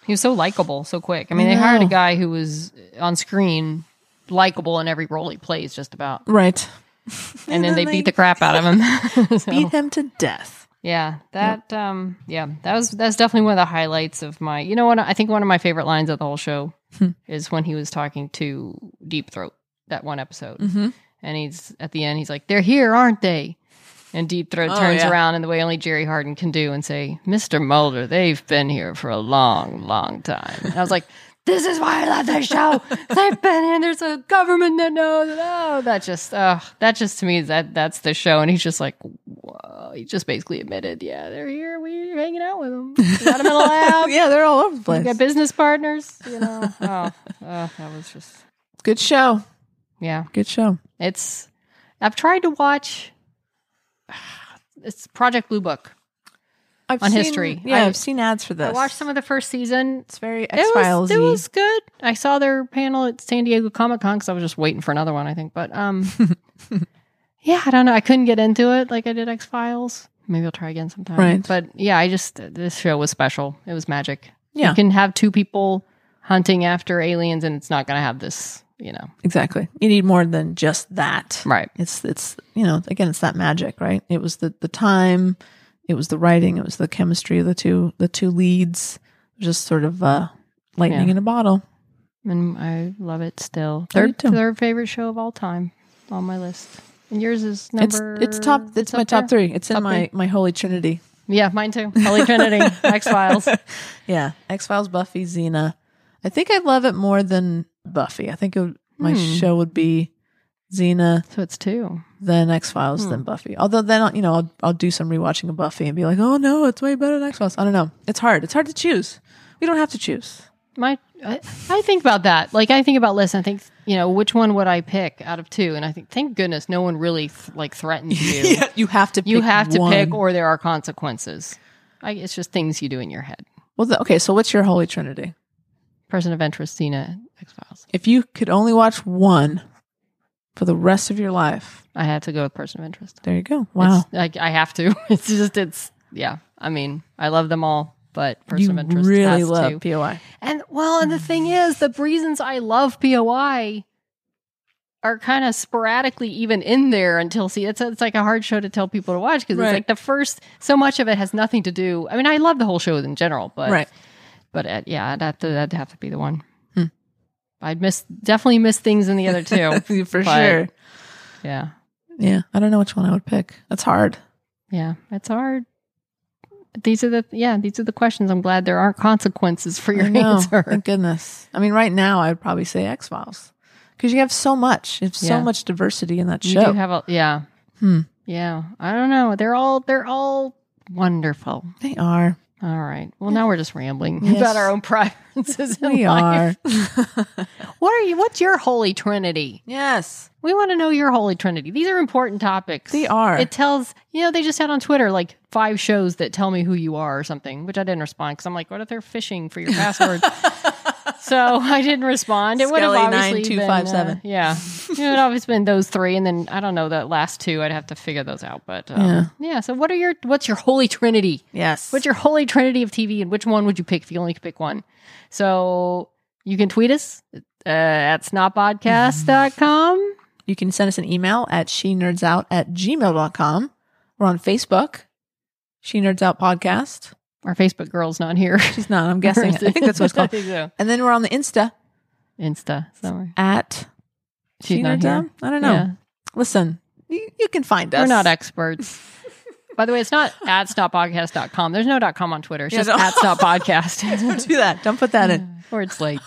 [SPEAKER 3] He was so likable, so quick. I mean,
[SPEAKER 2] I
[SPEAKER 3] they hired a
[SPEAKER 2] know.
[SPEAKER 3] guy who was on screen likable in every role he plays, just about.
[SPEAKER 2] Right.
[SPEAKER 3] And, then, they, beat the crap out of him. So,
[SPEAKER 2] beat him to death.
[SPEAKER 3] yeah, that um, yeah, that was that's definitely one of the highlights of my. You know what? I think one of my favorite lines of the whole show
[SPEAKER 2] Hmm.
[SPEAKER 3] is when he was talking to Deep Throat that one episode.
[SPEAKER 2] Mm-hmm.
[SPEAKER 3] And he's at the end, he's like, They're here, aren't they? And Deep Throat
[SPEAKER 2] Oh,
[SPEAKER 3] turns
[SPEAKER 2] yeah.
[SPEAKER 3] around in the way only Jerry Harden can do and say, Mr. Mulder, they've been here for a long, long time. And I was like, This is why I love this show. They've been here. There's a government that knows. Oh, that just, uh, that just to me, is that that's the show. And he's just like, Whoa. He just basically admitted, Yeah, they're here. We're hanging out with them. We got them in a lab.
[SPEAKER 2] Oh, yeah, they're all over the
[SPEAKER 3] We
[SPEAKER 2] place.
[SPEAKER 3] got business partners. You know, oh, uh, that was just,
[SPEAKER 2] Good show.
[SPEAKER 3] yeah.
[SPEAKER 2] Good show.
[SPEAKER 3] It's I've tried to watch it's Project Blue Book.
[SPEAKER 2] I've
[SPEAKER 3] On
[SPEAKER 2] seen-
[SPEAKER 3] history.
[SPEAKER 2] Yeah, I,
[SPEAKER 3] I-
[SPEAKER 2] have seen ads for this.
[SPEAKER 3] I watched some of the first season.
[SPEAKER 2] It's very
[SPEAKER 3] It
[SPEAKER 2] X Files.
[SPEAKER 3] was, it was good. I saw their panel at San Diego Comic Con because I was just waiting for another one, I think. But um yeah, I don't know. I couldn't get into it like I did X Files. Maybe I'll try again sometime.
[SPEAKER 2] Right.
[SPEAKER 3] But yeah, I just this show was special. It was magic.
[SPEAKER 2] Yeah.
[SPEAKER 3] You can have two people hunting after aliens and it's not gonna have this, you know.
[SPEAKER 2] exactly. You need more than just that.
[SPEAKER 3] Right.
[SPEAKER 2] It's it's you know again it's that magic right. It was the the time, it was the writing, it was the chemistry of the two the two leads, just sort of uh, lightning
[SPEAKER 3] Yeah.
[SPEAKER 2] in a bottle.
[SPEAKER 3] And I love it still.
[SPEAKER 2] I do
[SPEAKER 3] Third,
[SPEAKER 2] too.
[SPEAKER 3] third favorite show of all time on my list. And yours is number.
[SPEAKER 2] it's it's top. It's, my
[SPEAKER 3] up
[SPEAKER 2] top
[SPEAKER 3] there?
[SPEAKER 2] three. It's in
[SPEAKER 3] Top
[SPEAKER 2] my
[SPEAKER 3] three.
[SPEAKER 2] my holy trinity.
[SPEAKER 3] Yeah, mine too. Holy Trinity, X Files.
[SPEAKER 2] Yeah, X Files, Buffy, Xena. I think I love it more than Buffy. I think it would, my
[SPEAKER 3] Hmm.
[SPEAKER 2] show would be Xena,
[SPEAKER 3] So it's two.
[SPEAKER 2] then X Files,
[SPEAKER 3] Hmm.
[SPEAKER 2] then Buffy. Although then I'll, you know I'll I'll do some rewatching of Buffy and be like, oh no, it's way better than X Files. I don't know. It's hard. It's hard to choose. We don't have to choose.
[SPEAKER 3] My, I, I think about that. Like I think about lists. I think you know which one would I pick out of two? And I think, thank goodness, no one really th- like threatens you.
[SPEAKER 2] you have to.
[SPEAKER 3] You
[SPEAKER 2] pick
[SPEAKER 3] have to
[SPEAKER 2] one.
[SPEAKER 3] pick, or there are consequences. I, it's just things you do in your head.
[SPEAKER 2] well, the, okay. So what's your holy trinity?
[SPEAKER 3] Person of interest, Xena, X Files.
[SPEAKER 2] If you could only watch one for the rest of your life,
[SPEAKER 3] I have to go with person of interest.
[SPEAKER 2] there you go. Wow.
[SPEAKER 3] It's, like I have to. It's just it's yeah. I mean, I love them all, but person
[SPEAKER 2] you
[SPEAKER 3] of interest
[SPEAKER 2] really
[SPEAKER 3] has to.
[SPEAKER 2] love POI.
[SPEAKER 3] And well, and the thing is, the reasons I love POI are kind of sporadically even in there until see it's it's like a hard show to tell people to watch because
[SPEAKER 2] Right.
[SPEAKER 3] it's like the first so much of it has nothing to do. I mean, I love the whole show in general, but
[SPEAKER 2] Right. Hmm.
[SPEAKER 3] but uh, yeah, that that'd have to be the one. I'd miss definitely miss things in the other two.
[SPEAKER 2] for
[SPEAKER 3] But-
[SPEAKER 2] sure.
[SPEAKER 3] yeah,
[SPEAKER 2] Yeah, I don't know which one I would pick. That's hard.
[SPEAKER 3] Yeah, it's hard. These are the yeah, these are the questions. I'm glad there aren't consequences for your
[SPEAKER 2] I know.
[SPEAKER 3] answer.
[SPEAKER 2] Thank goodness. I mean, right now I'd probably say X Files because you have so much. You have so
[SPEAKER 3] Yeah.
[SPEAKER 2] much diversity in that
[SPEAKER 3] You
[SPEAKER 2] show.
[SPEAKER 3] do have a yeah.
[SPEAKER 2] Hmm.
[SPEAKER 3] Yeah. I don't know. They're all they're all wonderful.
[SPEAKER 2] they are.
[SPEAKER 3] All right. Well, now we're just rambling
[SPEAKER 2] Yes.
[SPEAKER 3] about our own preferences. In
[SPEAKER 2] We
[SPEAKER 3] life.
[SPEAKER 2] are.
[SPEAKER 3] What are you? What's your holy trinity?
[SPEAKER 2] yes,
[SPEAKER 3] We want to know your holy trinity. These are important topics.
[SPEAKER 2] they are.
[SPEAKER 3] It tells you know they just had on Twitter like five shows that tell me who you are or something, which I didn't respond because I'm like, what if they're phishing for your password? so I didn't respond. It would have
[SPEAKER 2] Skelly
[SPEAKER 3] obviously been,
[SPEAKER 2] 9257.
[SPEAKER 3] uh, yeah, it would have obviously been those three, and then I don't know the last two. I'd have to figure those out. But um,
[SPEAKER 2] Yeah.
[SPEAKER 3] yeah. So what are your what's your holy trinity?
[SPEAKER 2] yes.
[SPEAKER 3] What's your holy trinity of TV, and which one would you pick if you only could pick one? So you can tweet us uh, at snotpodcast.com.
[SPEAKER 2] you can send us an email at she nerds out at gmail.com. We're on Facebook. She Nerds Out Podcast.
[SPEAKER 3] Our Facebook girl's not here.
[SPEAKER 2] She's not, I'm guessing. I think that's what it's
[SPEAKER 3] I
[SPEAKER 2] called.
[SPEAKER 3] think so.
[SPEAKER 2] And then we're on the Insta
[SPEAKER 3] Insta. Sorry.
[SPEAKER 2] at
[SPEAKER 3] She's
[SPEAKER 2] She
[SPEAKER 3] not
[SPEAKER 2] Nerds
[SPEAKER 3] here.
[SPEAKER 2] Out. I don't know.
[SPEAKER 3] Yeah.
[SPEAKER 2] Listen, you, you can find us.
[SPEAKER 3] We're not experts. By the way, it's not at stoppodcast.com. There's no dot com on Twitter. It's
[SPEAKER 2] Yeah,
[SPEAKER 3] just
[SPEAKER 2] don't-
[SPEAKER 3] at
[SPEAKER 2] Don't
[SPEAKER 3] stoppodcast.
[SPEAKER 2] do that. Don't put that in.
[SPEAKER 3] or it's late.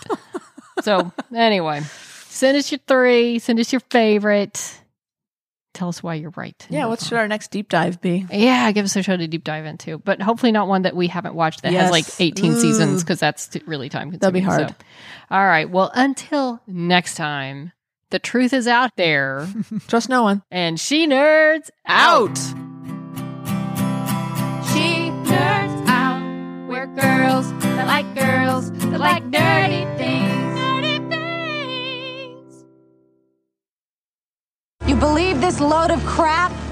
[SPEAKER 3] So anyway, send us your three. Send us your favorite. tell us why you're right.
[SPEAKER 2] Yeah, what should our next deep dive be?
[SPEAKER 3] Yeah, give us a show to deep dive into, but hopefully not one that we haven't watched that
[SPEAKER 2] Yes.
[SPEAKER 3] has like 18
[SPEAKER 2] Ooh.
[SPEAKER 3] seasons because that's t- really time consuming.
[SPEAKER 2] That'd be hard.
[SPEAKER 3] so. All right. Well, until next time, the truth is out there
[SPEAKER 2] Trust no one.
[SPEAKER 3] and she nerds out.
[SPEAKER 1] She nerds out. We're girls that like girls that like nerdy things. Nerdy things.
[SPEAKER 4] You believe this load of crap?